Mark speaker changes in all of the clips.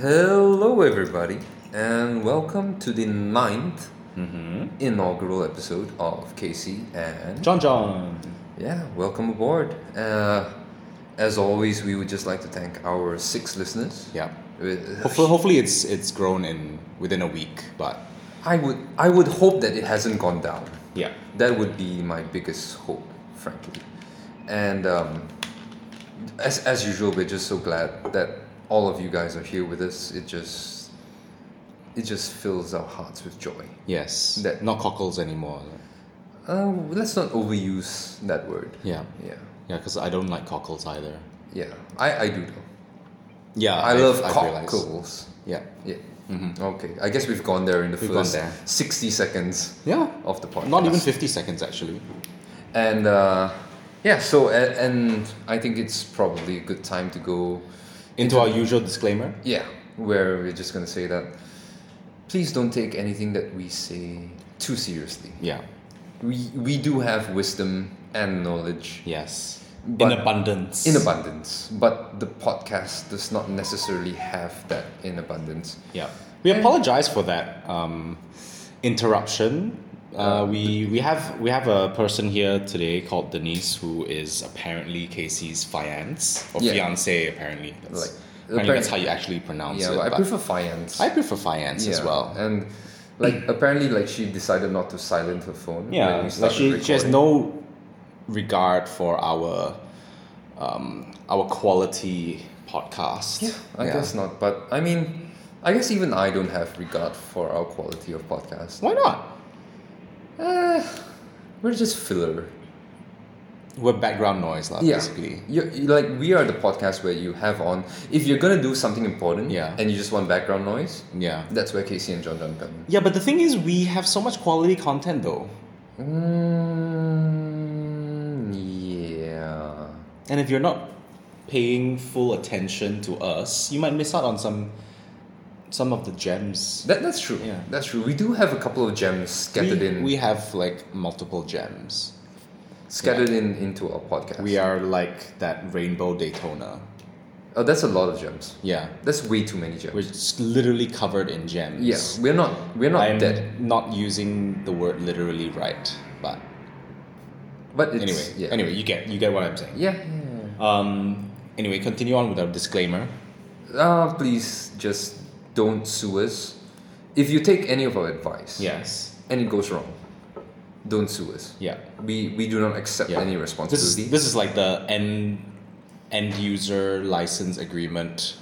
Speaker 1: Hello, everybody, and welcome to the 9th inaugural episode of Casey and
Speaker 2: John John.
Speaker 1: yeah, welcome aboard. Uh, as always, we would just like to thank our six listeners.
Speaker 2: Yeah.
Speaker 1: Uh,
Speaker 2: Hopefully, hopefully it's it's grown in within a week, but
Speaker 1: I would I would hope that it hasn't gone down.
Speaker 2: yeah.
Speaker 1: That would be my biggest hope, frankly. And um, as as usual, we're just so glad that all of you guys are here with us. It just it just fills our hearts with joy.
Speaker 2: Yes.
Speaker 1: That-
Speaker 2: Not cockles anymore.
Speaker 1: Uh, let's not overuse that word.
Speaker 2: Yeah.
Speaker 1: Yeah,
Speaker 2: Yeah, because I don't like cockles either.
Speaker 1: yeah. I, I do though.
Speaker 2: Yeah.
Speaker 1: I love
Speaker 2: I've realized.
Speaker 1: cockles.
Speaker 2: Yeah.
Speaker 1: Yeah. mm-hmm. Okay. I guess we've gone there in the
Speaker 2: We've gone
Speaker 1: first
Speaker 2: there.
Speaker 1: sixty seconds
Speaker 2: Yeah.
Speaker 1: of the podcast.
Speaker 2: Not even 50 seconds, actually.
Speaker 1: And uh, yeah. So and, and I think it's probably a good time to go.
Speaker 2: Into our usual disclaimer.
Speaker 1: Yeah, where we're just gonna say that. Please don't take anything that we say too seriously.
Speaker 2: Yeah.
Speaker 1: We we do have wisdom and knowledge.
Speaker 2: Yes.
Speaker 1: But-
Speaker 2: in abundance.
Speaker 1: in abundance but the podcast does not necessarily have that in abundance
Speaker 2: Yeah. We apologize for that um, interruption. Uh, we we have we have a person here today called Denise who is apparently Casey's fiance or
Speaker 1: Yeah.
Speaker 2: fiance apparently. That's,
Speaker 1: Like,
Speaker 2: apparently that's
Speaker 1: apparent-
Speaker 2: how you actually pronounce
Speaker 1: yeah
Speaker 2: it.
Speaker 1: but i
Speaker 2: but
Speaker 1: prefer finance
Speaker 2: I prefer fiance as
Speaker 1: Yeah,
Speaker 2: well.
Speaker 1: and like apparently like she decided not to silent her phone when
Speaker 2: Yeah,
Speaker 1: we
Speaker 2: like
Speaker 1: started
Speaker 2: she, she has
Speaker 1: recording.
Speaker 2: no regard for our um, our quality podcast.
Speaker 1: yeah i guess not but i mean i guess even i don't have regard for our quality of podcast
Speaker 2: Why not?
Speaker 1: uh, we're just filler
Speaker 2: We're background noise, lah.
Speaker 1: yeah
Speaker 2: Basically,
Speaker 1: you you- like we are the podcast where you have on if you're gonna do something important
Speaker 2: Yeah.
Speaker 1: and you just want background noise
Speaker 2: yeah.
Speaker 1: that's where casey and john john come in
Speaker 2: Yeah, but the thing is, we have so much quality content though.
Speaker 1: Mm, yeah.
Speaker 2: And if you're not paying full attention to us, you might miss out on some some of the gems.
Speaker 1: That, that's true.
Speaker 2: Yeah.
Speaker 1: That's true. We do have a couple of gems scattered
Speaker 2: we,
Speaker 1: in
Speaker 2: we have like multiple gems.
Speaker 1: scattered in into our podcast.
Speaker 2: We are like that rainbow Daytona.
Speaker 1: Oh, that's a lot of gems.
Speaker 2: Yeah.
Speaker 1: That's way too many gems.
Speaker 2: We're just literally covered in gems.
Speaker 1: yeah, we're not we're not
Speaker 2: I'm
Speaker 1: dead.
Speaker 2: not using the word literally right, but
Speaker 1: But it's,
Speaker 2: anyway,
Speaker 1: yeah.
Speaker 2: anyway, you get you get what I'm saying.
Speaker 1: Yeah. yeah.
Speaker 2: Um anyway, continue on with our disclaimer.
Speaker 1: Uh, please just don't sue us. If you take any of our advice
Speaker 2: Yes.
Speaker 1: and it goes wrong, don't sue us.
Speaker 2: Yeah.
Speaker 1: We we do not accept
Speaker 2: Yeah.
Speaker 1: any
Speaker 2: This is,
Speaker 1: responsibility.
Speaker 2: this is like the end end user license agreement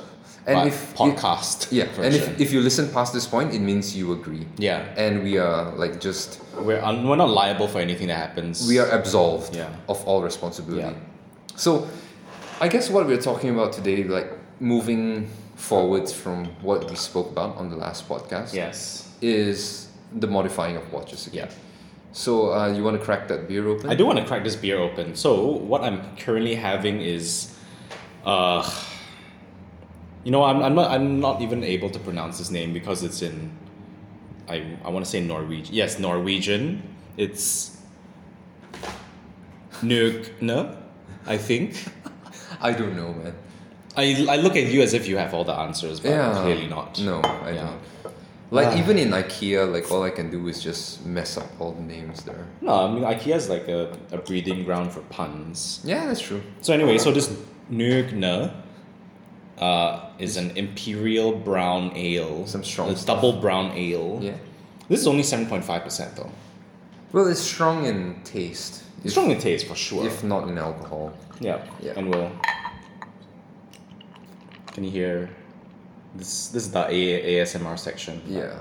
Speaker 1: And
Speaker 2: but
Speaker 1: if-
Speaker 2: podcast
Speaker 1: yeah, and
Speaker 2: version.
Speaker 1: if, if you listen past this point, it means you agree.
Speaker 2: yeah
Speaker 1: and we are like just
Speaker 2: we're un, we're not liable for anything that happens
Speaker 1: we are absolved
Speaker 2: Yeah.
Speaker 1: of all responsibility
Speaker 2: Yeah.
Speaker 1: so i guess what we're talking about today like moving forwards from what we spoke about on the last podcast
Speaker 2: yes
Speaker 1: is the modifying of watches again
Speaker 2: yeah
Speaker 1: so uh, you want to crack that beer open
Speaker 2: I do want to crack this beer open so what I'm currently having is uh you know I'm, I'm not I'm not even able to pronounce this name because it's in I I want to say Norwegian yes Norwegian it's Nøgne I think
Speaker 1: i don't know man
Speaker 2: I, I look at you as if you have all the answers, but
Speaker 1: yeah
Speaker 2: Uh, clearly not.
Speaker 1: no i
Speaker 2: Yeah. Ah.
Speaker 1: don't like even in ikea like all i can do is just mess up all the names there
Speaker 2: No, I mean IKEA is like a, a breeding ground for puns.
Speaker 1: yeah that's true
Speaker 2: So anyway, so this Nürgner uh, is an imperial brown ale.
Speaker 1: Some strong
Speaker 2: It's double brown ale.
Speaker 1: yeah
Speaker 2: This is only seven point five percent though.
Speaker 1: well it's strong in taste if,
Speaker 2: Strong in taste for sure.
Speaker 1: if not in alcohol
Speaker 2: yeah.
Speaker 1: Yeah.
Speaker 2: And we'll Can you hear this this is the A- ASMR section. but
Speaker 1: yeah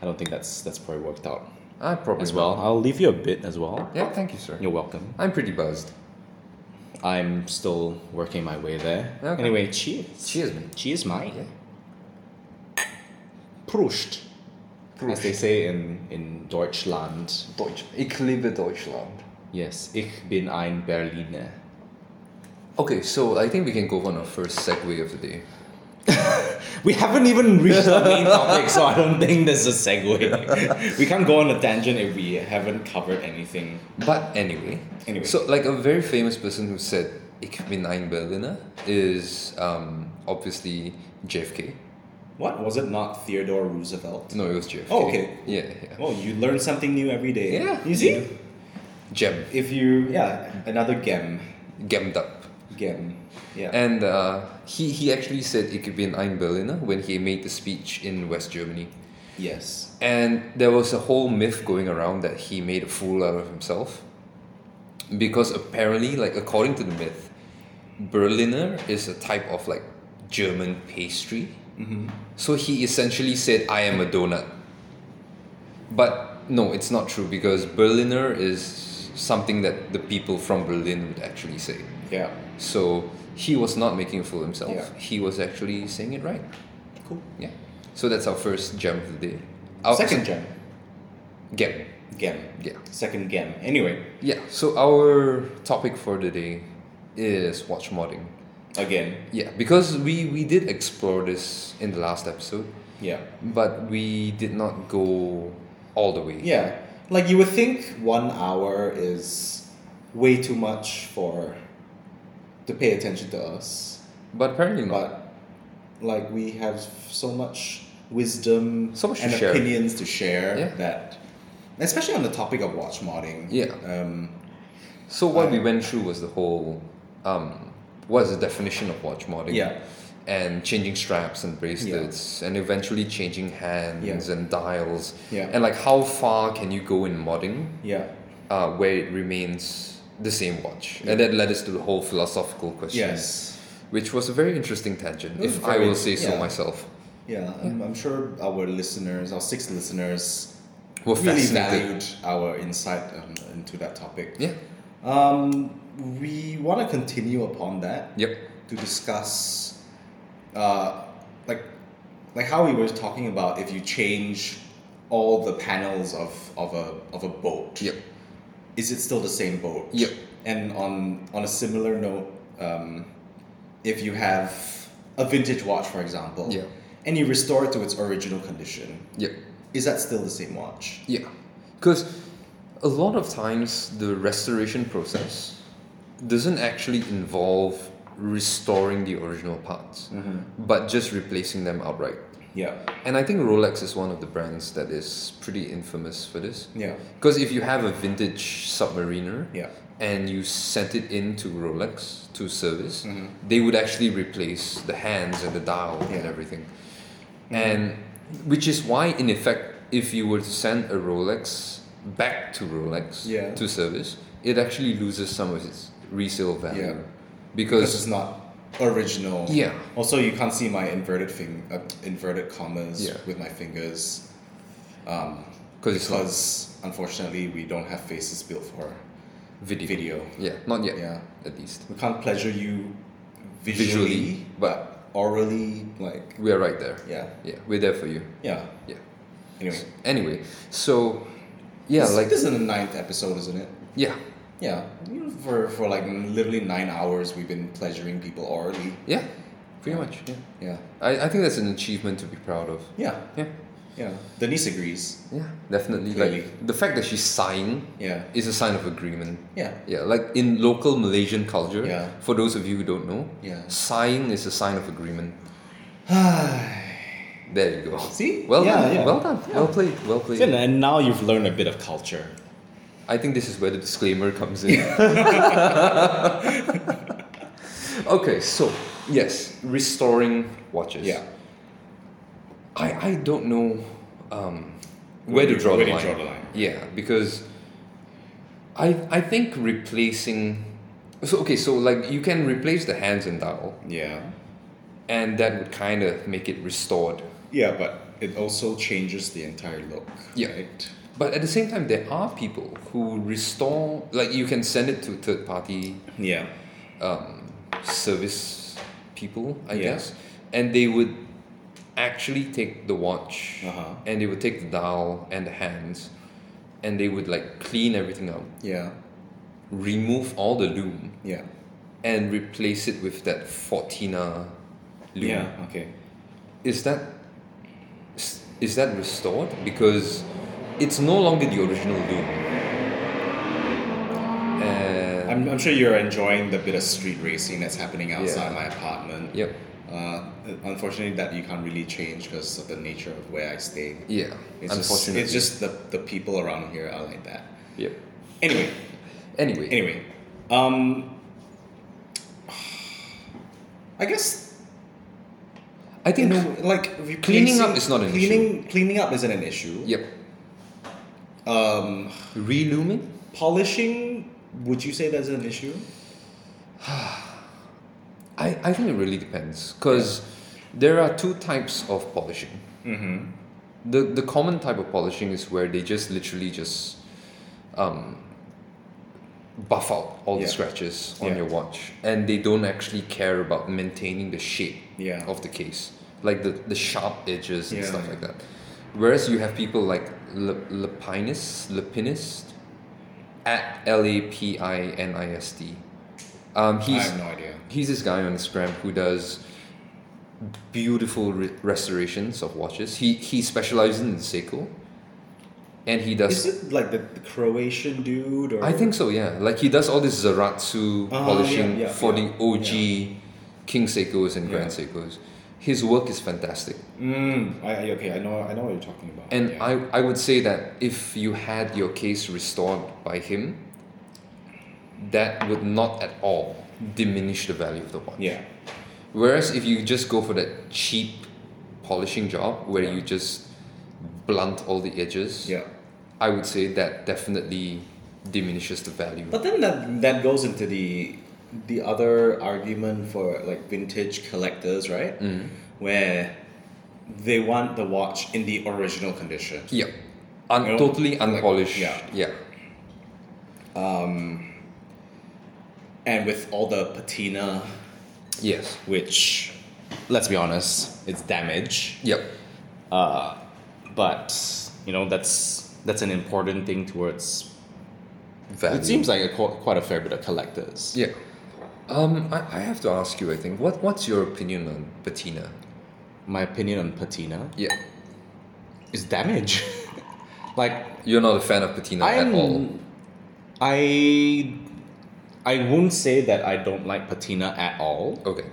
Speaker 2: I don't think that's that's probably worked out
Speaker 1: I probably
Speaker 2: as well. I'll leave you a bit as well.
Speaker 1: will. Yeah, thank you, sir.
Speaker 2: You're welcome.
Speaker 1: I'm pretty buzzed.
Speaker 2: I'm still working my way there.
Speaker 1: Okay.
Speaker 2: Anyway, cheers.
Speaker 1: Cheers, mate.
Speaker 2: Cheers, mate.
Speaker 1: Yeah.
Speaker 2: Prost. As they say in, in Deutschland.
Speaker 1: Deutsch. Ich liebe Deutschland.
Speaker 2: Yes, ich bin ein Berliner.
Speaker 1: Okay, so I think we can go on our first segue of the day.
Speaker 2: We haven't even reached the main topic, so I don't think there's a segue. we can't go on a tangent if we haven't covered anything.
Speaker 1: But anyway,
Speaker 2: Anyway.
Speaker 1: so like a very famous person who said "Ich bin ein Berliner" is um, obviously JFK.
Speaker 2: What was it? Not Theodore Roosevelt.
Speaker 1: No, it was JFK.
Speaker 2: Oh, okay.
Speaker 1: Yeah, yeah.
Speaker 2: Oh, you learn something new every day.
Speaker 1: Yeah.
Speaker 2: You see,
Speaker 1: Gem,
Speaker 2: if you yeah another gem,
Speaker 1: gemmed up.
Speaker 2: gem, yeah.
Speaker 1: And uh, he, he actually said it could be an Ein Berliner when he made the speech in West Germany.
Speaker 2: yes.
Speaker 1: And there was a whole myth going around that he made a fool out of himself. Because apparently, like according to the myth, Berliner is a type of like German pastry.
Speaker 2: Mm-hmm.
Speaker 1: So he essentially said, I am a donut. But no, it's not true because Berliner is something that the people from Berlin would actually say.
Speaker 2: Yeah.
Speaker 1: So he was not making a fool of himself.
Speaker 2: Yeah.
Speaker 1: He was actually saying it right.
Speaker 2: Cool.
Speaker 1: Yeah. So that's our first gem of the day. Our
Speaker 2: Second gem,
Speaker 1: gem.
Speaker 2: gem.
Speaker 1: Yeah.
Speaker 2: Second gem. Anyway,
Speaker 1: Yeah. So our topic for today is watch modding.
Speaker 2: again,
Speaker 1: Yeah, because we we did explore this in the last episode,
Speaker 2: yeah,
Speaker 1: but we did not go all the way.
Speaker 2: yeah. Like you would think one hour is way too much for to pay attention to us.
Speaker 1: But apparently not.
Speaker 2: but like we have so much wisdom
Speaker 1: So much to
Speaker 2: and
Speaker 1: share.
Speaker 2: opinions to share
Speaker 1: Yeah.
Speaker 2: that especially on the topic of watch modding
Speaker 1: Yeah.
Speaker 2: um,
Speaker 1: So what we
Speaker 2: I-
Speaker 1: went through was the whole, um, what is the definition of watch modding?
Speaker 2: Yeah.
Speaker 1: And changing straps and bracelets, and eventually changing hands
Speaker 2: Yeah.
Speaker 1: and dials,
Speaker 2: Yeah.
Speaker 1: and like how far can you go in modding
Speaker 2: yeah
Speaker 1: uh, where it remains the same watch, and that led us to the whole philosophical question,
Speaker 2: yes
Speaker 1: which was a very interesting tangent,
Speaker 2: It was
Speaker 1: if I
Speaker 2: very-
Speaker 1: will say so
Speaker 2: yeah.
Speaker 1: myself.
Speaker 2: yeah I'm, I'm sure our listeners our six listeners
Speaker 1: Were
Speaker 2: really
Speaker 1: fascinated.
Speaker 2: valued our insight um, into that topic
Speaker 1: Yeah.
Speaker 2: um, we want to continue upon that
Speaker 1: Yep.
Speaker 2: to discuss uh, like like how we were talking about if you change all the panels of, of a of a boat
Speaker 1: Yep.
Speaker 2: is it still the same boat
Speaker 1: Yep.
Speaker 2: and on on a similar note um, if you have a vintage watch for example
Speaker 1: Yeah.
Speaker 2: and you restore it to its original condition
Speaker 1: Yep.
Speaker 2: is that still the same watch
Speaker 1: Yeah, because a lot of times the restoration process doesn't actually involve restoring the original parts,
Speaker 2: Mm-hmm.
Speaker 1: but just replacing them outright.
Speaker 2: yeah
Speaker 1: And I think Rolex is one of the brands that is pretty infamous for this.
Speaker 2: yeah
Speaker 1: Because if you have a vintage submariner
Speaker 2: yeah
Speaker 1: and you sent it in to Rolex to service, they would actually replace the hands and the dial and
Speaker 2: Mm-hmm. Yeah. Mm-hmm.
Speaker 1: everything. And which is why, in effect, if you were to send a Rolex back to Rolex
Speaker 2: Yeah.
Speaker 1: to service, it actually loses some of its resale value.
Speaker 2: Yeah. because
Speaker 1: Because,
Speaker 2: it's not original
Speaker 1: yeah,
Speaker 2: Also, you can't see my inverted fing- uh, inverted commas
Speaker 1: Yeah.
Speaker 2: with my fingers
Speaker 1: because it's not
Speaker 2: because unfortunately we don't have faces built for
Speaker 1: video.
Speaker 2: video.
Speaker 1: Yeah, not yet,
Speaker 2: Yeah,
Speaker 1: at least.
Speaker 2: we can't pleasure you visually,
Speaker 1: Visually, but
Speaker 2: orally, like
Speaker 1: we are right there.
Speaker 2: yeah,
Speaker 1: Yeah, we're there for you.
Speaker 2: yeah.
Speaker 1: Yeah.
Speaker 2: Anyway,
Speaker 1: Anyway, so yeah,
Speaker 2: this,
Speaker 1: like
Speaker 2: this is the ninth episode, isn't it?
Speaker 1: yeah,
Speaker 2: Yeah, You know, for for like literally nine hours we've been pleasuring people orally.
Speaker 1: yeah, pretty much. Yeah.
Speaker 2: Yeah,
Speaker 1: I, I think that's an achievement to be proud of.
Speaker 2: yeah,
Speaker 1: Yeah,
Speaker 2: yeah. Denise agrees.
Speaker 1: yeah, definitely.
Speaker 2: Really?
Speaker 1: Like the fact that she's sighing
Speaker 2: Yeah,
Speaker 1: is a sign of agreement.
Speaker 2: yeah,
Speaker 1: Yeah, like in local Malaysian culture,
Speaker 2: Yeah.
Speaker 1: for those of you who don't know, sighing is a sign of agreement.
Speaker 2: yeah.
Speaker 1: There you go.
Speaker 2: see,
Speaker 1: Well
Speaker 2: yeah,
Speaker 1: done.
Speaker 2: yeah.
Speaker 1: Well done. Well played. Well played.
Speaker 2: And, and now you've learned a bit of culture.
Speaker 1: I think this is where the disclaimer comes in. okay, so yes, restoring watches.
Speaker 2: Yeah.
Speaker 1: I, I don't know um, where to draw the
Speaker 2: Where do you
Speaker 1: line.
Speaker 2: draw the line?
Speaker 1: Yeah, because I I think replacing so okay, so like you can replace the hands and dial,
Speaker 2: Yeah.
Speaker 1: and that would kind of make it restored.
Speaker 2: Yeah, but it also changes the entire look.
Speaker 1: Yeah.
Speaker 2: Right?
Speaker 1: But at the same time, there are people who restore like you can send it to third party
Speaker 2: Yeah.
Speaker 1: um, service people, I
Speaker 2: Yeah.
Speaker 1: guess, and they would actually take the watch
Speaker 2: Uh-huh.
Speaker 1: and they would take the dial and the hands, and they would like clean everything up,
Speaker 2: Yeah.
Speaker 1: remove all the loom,
Speaker 2: Yeah.
Speaker 1: and replace it with that Fortina loom.
Speaker 2: Yeah. Okay.
Speaker 1: Is that is- is that restored because it's no longer the original loom? Uh, And
Speaker 2: I'm, I'm sure you're enjoying the bit of street racing that's happening outside my apartment.
Speaker 1: yep.
Speaker 2: Uh, unfortunately, that you can't really change because of the nature of where I stay.
Speaker 1: Yeah.
Speaker 2: It's
Speaker 1: Unfortunately.
Speaker 2: just, it's just the, the people around here are like that.
Speaker 1: Yep.
Speaker 2: Anyway,
Speaker 1: Anyway.
Speaker 2: anyway, um, I guess
Speaker 1: I think.
Speaker 2: you know, like replacing-
Speaker 1: Cleaning up is not an
Speaker 2: cleaning, issue. Cleaning up isn't an issue.
Speaker 1: Yep.
Speaker 2: Um,
Speaker 1: Relooming?
Speaker 2: polishing, would you say that's an issue?
Speaker 1: I, I think it really depends because there are two types of polishing. Mm-hmm. The the common type of polishing is where they just literally just um, buff out all the
Speaker 2: Yeah.
Speaker 1: scratches on
Speaker 2: Yeah.
Speaker 1: your watch, and they don't actually care about maintaining the shape
Speaker 2: Yeah.
Speaker 1: of the case, like the, the sharp edges and
Speaker 2: Yeah.
Speaker 1: stuff like that. Whereas you have people like Le- Lepinus, Lepinist, at L A P I N I S T. Um,
Speaker 2: I
Speaker 1: he's
Speaker 2: have no idea.
Speaker 1: He's this guy on Instagram who does beautiful re- restorations of watches. He he specializes in Seiko, and he does.
Speaker 2: Is it like the, the Croatian dude or
Speaker 1: I think so. Yeah, like he does all this Zeratsu
Speaker 2: Ah,
Speaker 1: polishing
Speaker 2: yeah, yeah,
Speaker 1: for
Speaker 2: yeah,
Speaker 1: the OG King Seikos and Grand
Speaker 2: Yeah.
Speaker 1: Seikos. His work is fantastic,
Speaker 2: Mm, I, I- okay, I know, I know what you're talking about.
Speaker 1: and
Speaker 2: yeah.
Speaker 1: I I would say that if you had your case restored by him, that would not at all diminish the value of the watch.
Speaker 2: yeah,
Speaker 1: Whereas if you just go for that cheap polishing job where you just blunt all the edges,
Speaker 2: yeah.
Speaker 1: I would say that definitely diminishes the value.
Speaker 2: But then that that goes into the the other argument for like vintage collectors, right? Mm. Where they want the watch in the original condition.
Speaker 1: yeah. Un-
Speaker 2: You know,
Speaker 1: totally
Speaker 2: like-
Speaker 1: unpolished.
Speaker 2: yeah.
Speaker 1: yeah.
Speaker 2: And with all the patina,
Speaker 1: Yes.
Speaker 2: which let's be honest, it's damage.
Speaker 1: Yep.
Speaker 2: Uh, but you know that's that's an important thing towards.
Speaker 1: Value.
Speaker 2: It seems like a, qu- quite a fair bit of collectors.
Speaker 1: Yeah. Um, I, I have to ask you, I think, what, what's your opinion on patina?
Speaker 2: My opinion on patina
Speaker 1: Yeah.
Speaker 2: is damage. like
Speaker 1: You're not a fan of patina at all.
Speaker 2: I I won't say that I don't like patina at all.
Speaker 1: Okay.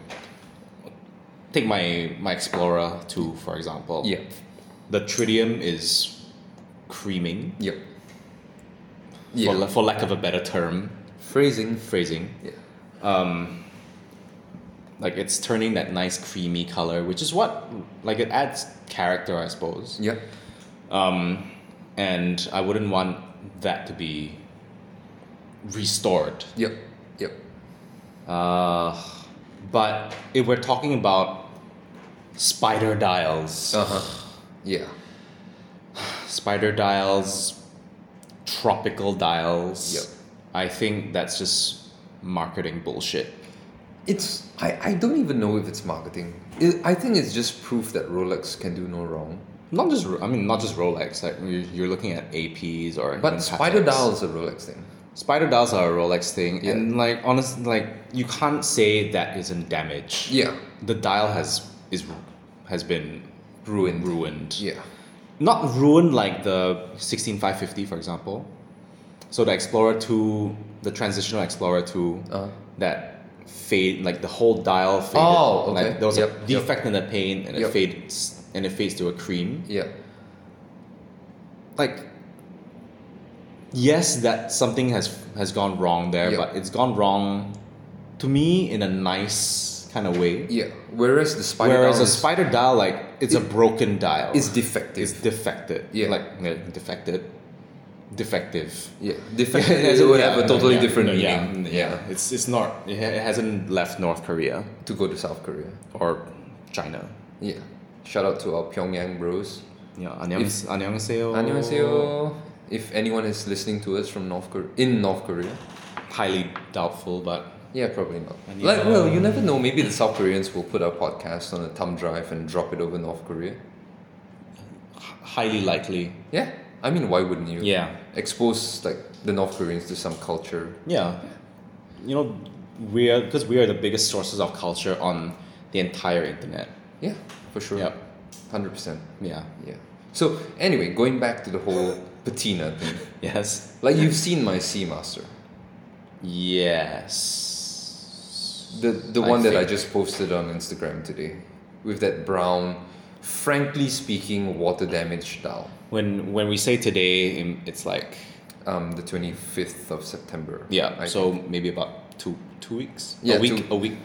Speaker 2: Take my my Explorer 2 for example.
Speaker 1: Yeah.
Speaker 2: The tritium is creaming
Speaker 1: Yep.
Speaker 2: for,
Speaker 1: Yeah.
Speaker 2: la- for lack of a better term
Speaker 1: Phrasing.
Speaker 2: phrasing.
Speaker 1: Yeah.
Speaker 2: Like it's turning that nice creamy color, which is what like it adds character, I suppose.
Speaker 1: Yep.
Speaker 2: And I wouldn't want that to be restored
Speaker 1: Yep. Yep.
Speaker 2: Uh, but if we're talking about spider dials,
Speaker 1: Uh huh. Yeah.
Speaker 2: spider dials, tropical dials,
Speaker 1: Yep.
Speaker 2: I think that's just marketing bullshit.
Speaker 1: It's I, I don't even know if it's marketing. It, I think it's just proof that Rolex can do no wrong.
Speaker 2: Not just Ro- I mean not just Rolex. Like you're, you're looking at APs or
Speaker 1: But
Speaker 2: even
Speaker 1: spider
Speaker 2: Pateks.
Speaker 1: dial is a Rolex thing.
Speaker 2: Spider dials are a Rolex thing,
Speaker 1: Yeah.
Speaker 2: and like honestly, like you can't say that isn't damaged.
Speaker 1: Yeah,
Speaker 2: The dial has is has been
Speaker 1: Ruined.
Speaker 2: Ruined.
Speaker 1: yeah,
Speaker 2: not ruined like the 16550 for example so the explorer 2 the transitional explorer 2
Speaker 1: Uh-huh.
Speaker 2: that fade like the whole dial faded
Speaker 1: Oh, okay.
Speaker 2: like there was
Speaker 1: Yep,
Speaker 2: a
Speaker 1: yep.
Speaker 2: defect in the paint and
Speaker 1: Yep.
Speaker 2: it fades and it fades to a cream
Speaker 1: yeah,
Speaker 2: like yes that something has has gone wrong there
Speaker 1: Yep.
Speaker 2: but it's gone wrong to me in a nice kind of way
Speaker 1: yeah. Whereas the spider
Speaker 2: whereas
Speaker 1: dial
Speaker 2: a spider dial like it's a broken dial
Speaker 1: is, is defective.
Speaker 2: It's defected.
Speaker 1: Yeah.
Speaker 2: Like yeah, defected. Defective.
Speaker 1: yeah, defective is would have a totally
Speaker 2: yeah,
Speaker 1: different
Speaker 2: no, yeah,
Speaker 1: meaning.
Speaker 2: yeah. It's it's not. It ha- it hasn't left North Korea
Speaker 1: to go to South Korea.
Speaker 2: or China.
Speaker 1: Yeah. Shout out to our Pyongyang bros.
Speaker 2: Yeah. 안녕하세요. 안녕하세요.
Speaker 1: 안녕하세요. If anyone is listening to us from North Korea, in North Korea,
Speaker 2: Highly doubtful, but
Speaker 1: Yeah, probably not.
Speaker 2: And you
Speaker 1: Like,
Speaker 2: know-
Speaker 1: well, you never know. Maybe the South Koreans will put our podcast on a thumb drive and drop it over North Korea.
Speaker 2: highly likely.
Speaker 1: Yeah, I mean, why wouldn't you?
Speaker 2: Yeah.
Speaker 1: Expose like the North Koreans to some culture.
Speaker 2: Yeah. You know, we are because we are the biggest sources of culture on the entire internet.
Speaker 1: Yeah, for sure.
Speaker 2: Yep.
Speaker 1: hundred percent.
Speaker 2: Yeah.
Speaker 1: Yeah. So anyway, going back to the whole patina thing,
Speaker 2: Yes.
Speaker 1: like you've seen my Seamaster.
Speaker 2: Yes.
Speaker 1: The the
Speaker 2: I
Speaker 1: one that I
Speaker 2: think-
Speaker 1: just posted on Instagram today, with that brown, frankly speaking, water damage dal.
Speaker 2: When when we say today, im- it's like
Speaker 1: Um, the twenty fifth of September.
Speaker 2: yeah.
Speaker 1: I
Speaker 2: so maybe about two two weeks.
Speaker 1: Yeah,
Speaker 2: a week.
Speaker 1: two-
Speaker 2: a week.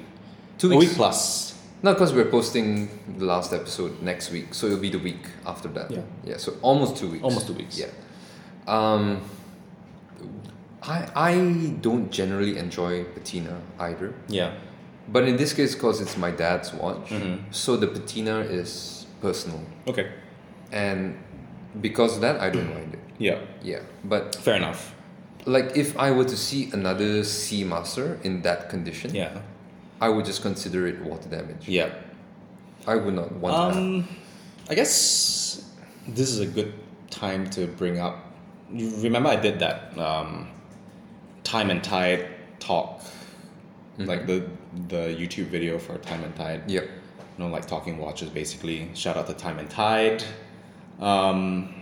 Speaker 1: two
Speaker 2: A
Speaker 1: weeks.
Speaker 2: week plus.
Speaker 1: Not because we're posting the last episode next week, so it'll be the week after that.
Speaker 2: Yeah.
Speaker 1: Yeah. So almost two weeks.
Speaker 2: Almost two weeks.
Speaker 1: Yeah. Um, I I don't generally enjoy patina either,
Speaker 2: Yeah.
Speaker 1: but in this case, because it's my dad's watch,
Speaker 2: Mm-hmm.
Speaker 1: so the patina is personal,
Speaker 2: Okay.
Speaker 1: and because of that, I don't mind it.
Speaker 2: Yeah.
Speaker 1: Yeah. But
Speaker 2: Fair enough.
Speaker 1: like, if I were to see another Sea Master in that condition,
Speaker 2: Yeah.
Speaker 1: I would just consider it water damage.
Speaker 2: Yeah.
Speaker 1: I would not want that.
Speaker 2: Um, I guess this is a good time to bring up. You remember I did that um, time and tide talk, like the the YouTube video for time and tide.
Speaker 1: Yep.
Speaker 2: You know, like talking watches basically. Shout out to Time and Tide, um,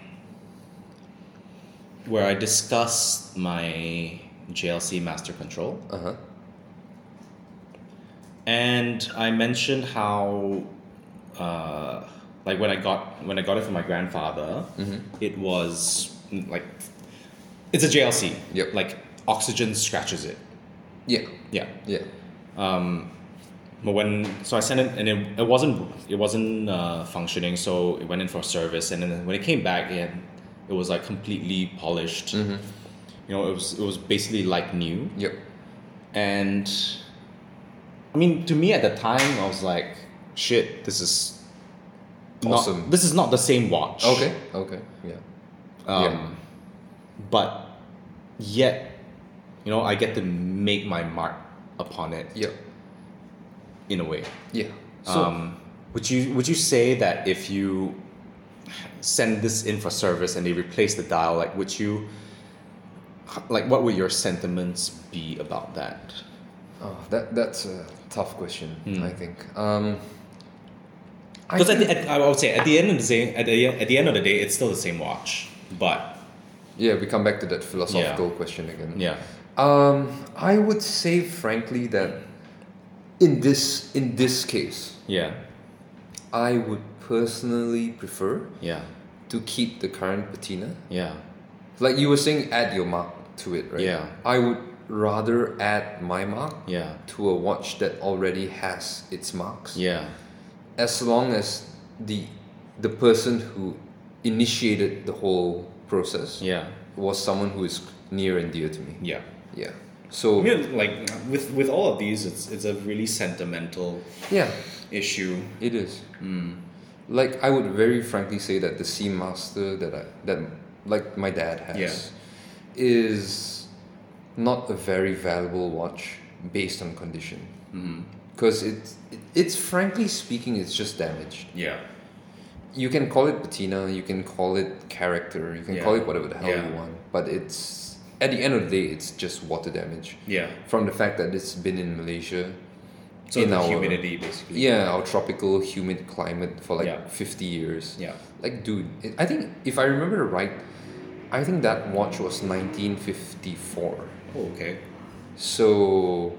Speaker 2: where I discussed my JLC Master Control.
Speaker 1: Uh huh.
Speaker 2: and I mentioned how, uh, like when I got when I got it from my grandfather, it was mm, like it's a JLC.
Speaker 1: Yep.
Speaker 2: Like oxygen scratches it.
Speaker 1: Yeah.
Speaker 2: Yeah.
Speaker 1: Yeah.
Speaker 2: But when so I sent it and it, it wasn't it wasn't uh, functioning, so it went in for service, and then when it came back, it it was like completely polished. You know, it was it was basically like new.
Speaker 1: Yep.
Speaker 2: and I mean, to me at the time, I was like, "Shit, this is not,
Speaker 1: Awesome.
Speaker 2: This is not the same watch."
Speaker 1: Okay. Okay. Yeah.
Speaker 2: Um,
Speaker 1: Yeah.
Speaker 2: But yet, you know, I get to make my mark upon it
Speaker 1: Yeah.
Speaker 2: in a way.
Speaker 1: Yeah. So
Speaker 2: um, would you would you say that if you send this in for service and they replace the dial, like would you, like what would your sentiments be about that?
Speaker 1: oh, that that's a tough question. I think. Um, I
Speaker 2: Hmm. Because at,
Speaker 1: think-
Speaker 2: the- at, I would say at the end of the day, at the, at the end of the day, it's still the same watch. But
Speaker 1: yeah, we come back to that philosophical question again.
Speaker 2: yeah,
Speaker 1: Um, I would say frankly that in this in this case,
Speaker 2: yeah,
Speaker 1: I would personally prefer
Speaker 2: yeah,
Speaker 1: to keep the current patina.
Speaker 2: yeah,
Speaker 1: Like you were saying, add your mark to it, right?
Speaker 2: Yeah.
Speaker 1: I would rather add my mark
Speaker 2: yeah,
Speaker 1: to a watch that already has its marks.
Speaker 2: yeah,
Speaker 1: as long as the the person who initiated the whole process
Speaker 2: yeah,
Speaker 1: was someone who is near and dear to me.
Speaker 2: yeah.
Speaker 1: Yeah. So
Speaker 2: You know, like with with all of these, it's it's a really sentimental
Speaker 1: yeah,
Speaker 2: issue.
Speaker 1: it is. Like I would very frankly say that the Sea Master that I that like my dad has
Speaker 2: Yeah.
Speaker 1: is not a very valuable watch based on condition. Because it's it, it's frankly speaking, it's just damaged.
Speaker 2: Yeah,
Speaker 1: you can call it patina, you can call it character, you can
Speaker 2: Yeah.
Speaker 1: call it whatever the hell
Speaker 2: Yeah.
Speaker 1: you want, but it's at the end of the day, it's just water damage
Speaker 2: yeah.
Speaker 1: from the fact that it's been in Malaysia,
Speaker 2: So
Speaker 1: In
Speaker 2: the
Speaker 1: our-
Speaker 2: humidity, basically.
Speaker 1: yeah, our tropical humid climate for like
Speaker 2: Yeah.
Speaker 1: fifty years.
Speaker 2: yeah,
Speaker 1: Like, dude, it, I think if I remember right, I think that watch was nineteen fifty four.
Speaker 2: Oh, okay.
Speaker 1: So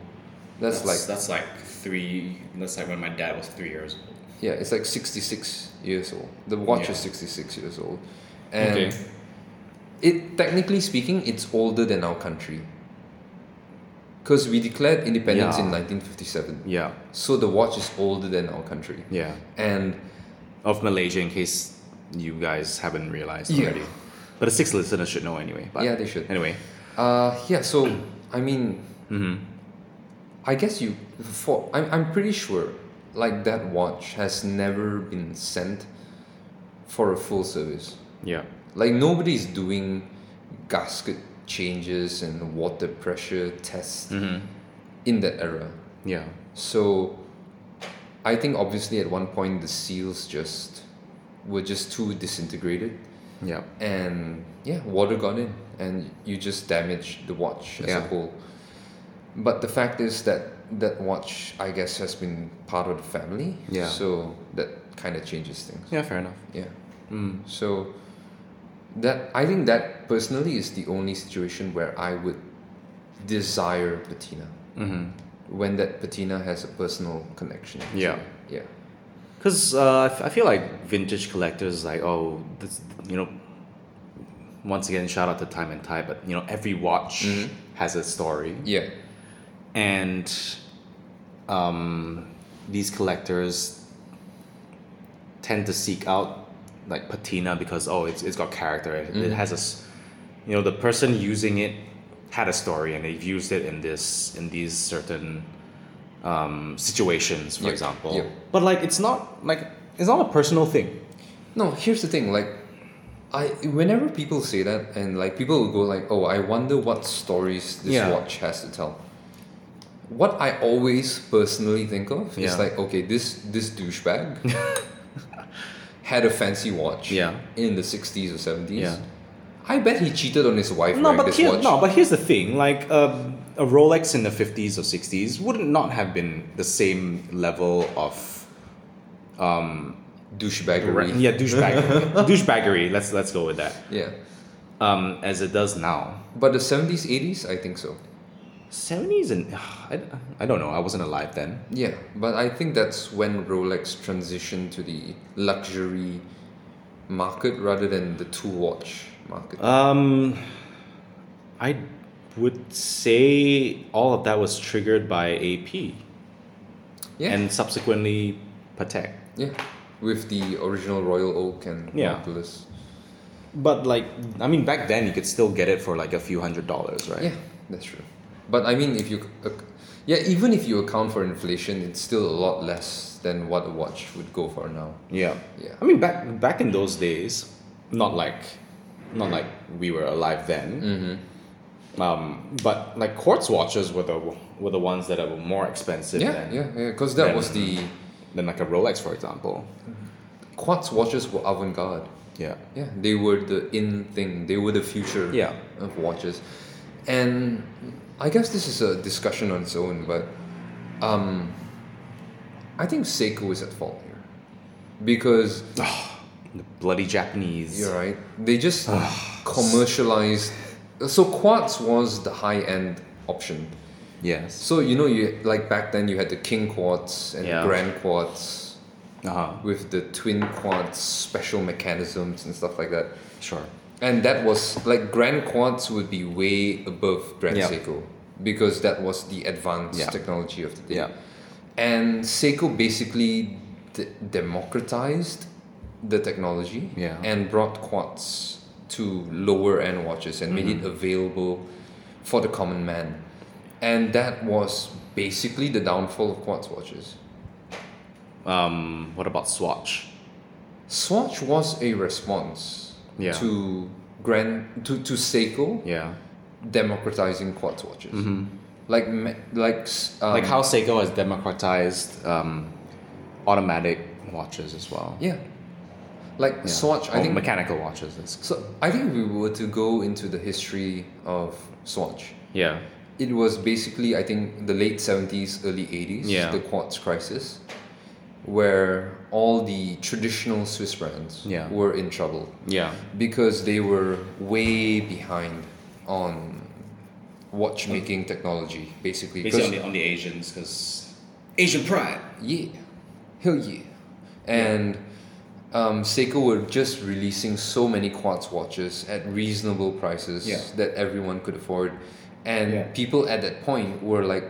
Speaker 1: that's, like
Speaker 2: that's like three. That's like when my dad was three years old.
Speaker 1: yeah, it's like sixty six years old. The watch
Speaker 2: Yeah.
Speaker 1: is sixty six years old, and.
Speaker 2: okay.
Speaker 1: it technically speaking, it's older than our country. Because we declared independence in
Speaker 2: Yeah.
Speaker 1: 1957.
Speaker 2: Yeah,
Speaker 1: So the watch is older than our country.
Speaker 2: yeah.
Speaker 1: And
Speaker 2: of Malaysia in case you guys haven't realized
Speaker 1: Yeah.
Speaker 2: already. But the six listeners should know anyway. But
Speaker 1: Yeah, they should.
Speaker 2: Anyway,
Speaker 1: uh, yeah, so I mean,
Speaker 2: Mm-hmm.
Speaker 1: I guess you, for, I'm, I'm pretty sure like that watch has never been sent for a full service.
Speaker 2: yeah,
Speaker 1: Like nobody's doing gasket changes and water pressure tests
Speaker 2: Mm-hmm.
Speaker 1: in that era.
Speaker 2: yeah,
Speaker 1: So I think obviously at one point the seals just were just too disintegrated
Speaker 2: yeah,
Speaker 1: and yeah, water got in and you just damaged the watch as a
Speaker 2: Yeah.
Speaker 1: whole. But the fact is that that watch I guess has been part of the family.
Speaker 2: Yeah.
Speaker 1: So that kind of changes things.
Speaker 2: yeah. Fair enough. Mm.
Speaker 1: Yeah. So that I think that
Speaker 2: Mm-hmm.
Speaker 1: personally is the only situation where I would desire patina. when that patina has a personal connection. to
Speaker 2: Yeah.
Speaker 1: it. Yeah.
Speaker 2: Because uh, I f- I feel like vintage collectors, like, oh, this, you know, once again, shout out to Time and Tide, but, you know, every watch has a story.
Speaker 1: Yeah.
Speaker 2: And um, these collectors tend to seek out, like, patina because, oh, it's, it's got character. It, it has a, s- you know, the person using it had a story and they've used it in this, in these certain um, situations, for
Speaker 1: Yep,
Speaker 2: example.
Speaker 1: yep.
Speaker 2: But, like, it's not, like, it's not a personal thing.
Speaker 1: No, here's the thing. Like, I whenever people say that, and like people will go like, "Oh, I wonder what stories this
Speaker 2: Yeah.
Speaker 1: watch has to tell." What I always personally think of is
Speaker 2: Yeah.
Speaker 1: like, okay, this this douchebag had a fancy watch.
Speaker 2: Yeah.
Speaker 1: In the sixties or seventies.
Speaker 2: Yeah.
Speaker 1: I bet he cheated on his wife
Speaker 2: No,
Speaker 1: wearing
Speaker 2: but
Speaker 1: this
Speaker 2: here,
Speaker 1: watch.
Speaker 2: no, but here's the thing: like uh, a Rolex in the fifties or sixties would not have been the same level of
Speaker 1: Douchebaggery.
Speaker 2: yeah douchebaggery. douchebaggery. Let's let's go with that.
Speaker 1: Yeah.
Speaker 2: Um, as it does now.
Speaker 1: But the seventies, eighties, I think so.
Speaker 2: Seventies and I, I don't know. I wasn't alive then.
Speaker 1: Yeah, but I think that's when Rolex transitioned to the luxury market rather than the two watch market.
Speaker 2: Um, I would say all of that was triggered by AP
Speaker 1: yeah,
Speaker 2: and subsequently Patek.
Speaker 1: yeah, with the original Royal Oak and
Speaker 2: Yeah.
Speaker 1: Nautilus.
Speaker 2: But like, I mean, back then you could still get it for like a few hundred dollars, right?
Speaker 1: Yeah, that's true. But I mean, if you, ac- yeah, even if you account for inflation, it's still a lot less than what a watch would go for now.
Speaker 2: Yeah.
Speaker 1: Yeah.
Speaker 2: I mean back back in those days, not like not like we were alive then.
Speaker 1: Mm-hmm.
Speaker 2: Um, but like quartz watches were the were the ones that were more expensive
Speaker 1: Yeah,
Speaker 2: than
Speaker 1: yeah, yeah, because that
Speaker 2: Then-
Speaker 1: was the
Speaker 2: than like a Rolex for example.
Speaker 1: quartz watches were avant-garde.
Speaker 2: Yeah.
Speaker 1: Yeah, they were the in thing. They were the future
Speaker 2: Yeah.
Speaker 1: of watches. And I guess this is a discussion on its own, but um, I think Seiko is at fault here. Because,
Speaker 2: The bloody Japanese.
Speaker 1: you're right, they just commercialized. So quartz was the high end option.
Speaker 2: Yes.
Speaker 1: So, you know, you like back then you had the king quartz and
Speaker 2: Yeah.
Speaker 1: grand quartz
Speaker 2: Uh-huh.
Speaker 1: with the twin quartz special mechanisms and stuff like that.
Speaker 2: Sure.
Speaker 1: And that was like Grand Quartz would be way above Grand
Speaker 2: Yeah.
Speaker 1: Seiko because that was the advanced
Speaker 2: Yeah.
Speaker 1: technology of the day.
Speaker 2: Yeah.
Speaker 1: And Seiko basically d- democratized the technology
Speaker 2: Yeah.
Speaker 1: and brought quartz to lower end watches and made
Speaker 2: Mm-hmm.
Speaker 1: it available for the common man. And that was basically the downfall of quartz watches.
Speaker 2: Um what about Swatch?
Speaker 1: Swatch was a response
Speaker 2: Yeah.
Speaker 1: to Grand to, to Seiko
Speaker 2: Yeah.
Speaker 1: democratizing quartz watches. Like me- like s- um,
Speaker 2: Mm-hmm. like how Seiko has democratized um automatic watches as well.
Speaker 1: yeah, like
Speaker 2: Yeah. Oh,
Speaker 1: Swatch. I
Speaker 2: Or
Speaker 1: think
Speaker 2: mechanical watches. it's-
Speaker 1: so. I think if we were to go into the history of Swatch.
Speaker 2: Yeah.
Speaker 1: It was basically I think the late seventies, early eighties,
Speaker 2: Yeah.
Speaker 1: the quartz crisis, where all the traditional Swiss brands
Speaker 2: Yeah.
Speaker 1: were in trouble
Speaker 2: Yeah.
Speaker 1: because they were way behind on watchmaking technology, basically. 'Cause-
Speaker 2: Basically on the, on the Asians, because Asian pride.
Speaker 1: yeah, hell yeah. And um, Seiko were just releasing so many quartz watches at reasonable prices
Speaker 2: Yeah.
Speaker 1: that everyone could afford. And
Speaker 2: Yeah.
Speaker 1: people at that point were like,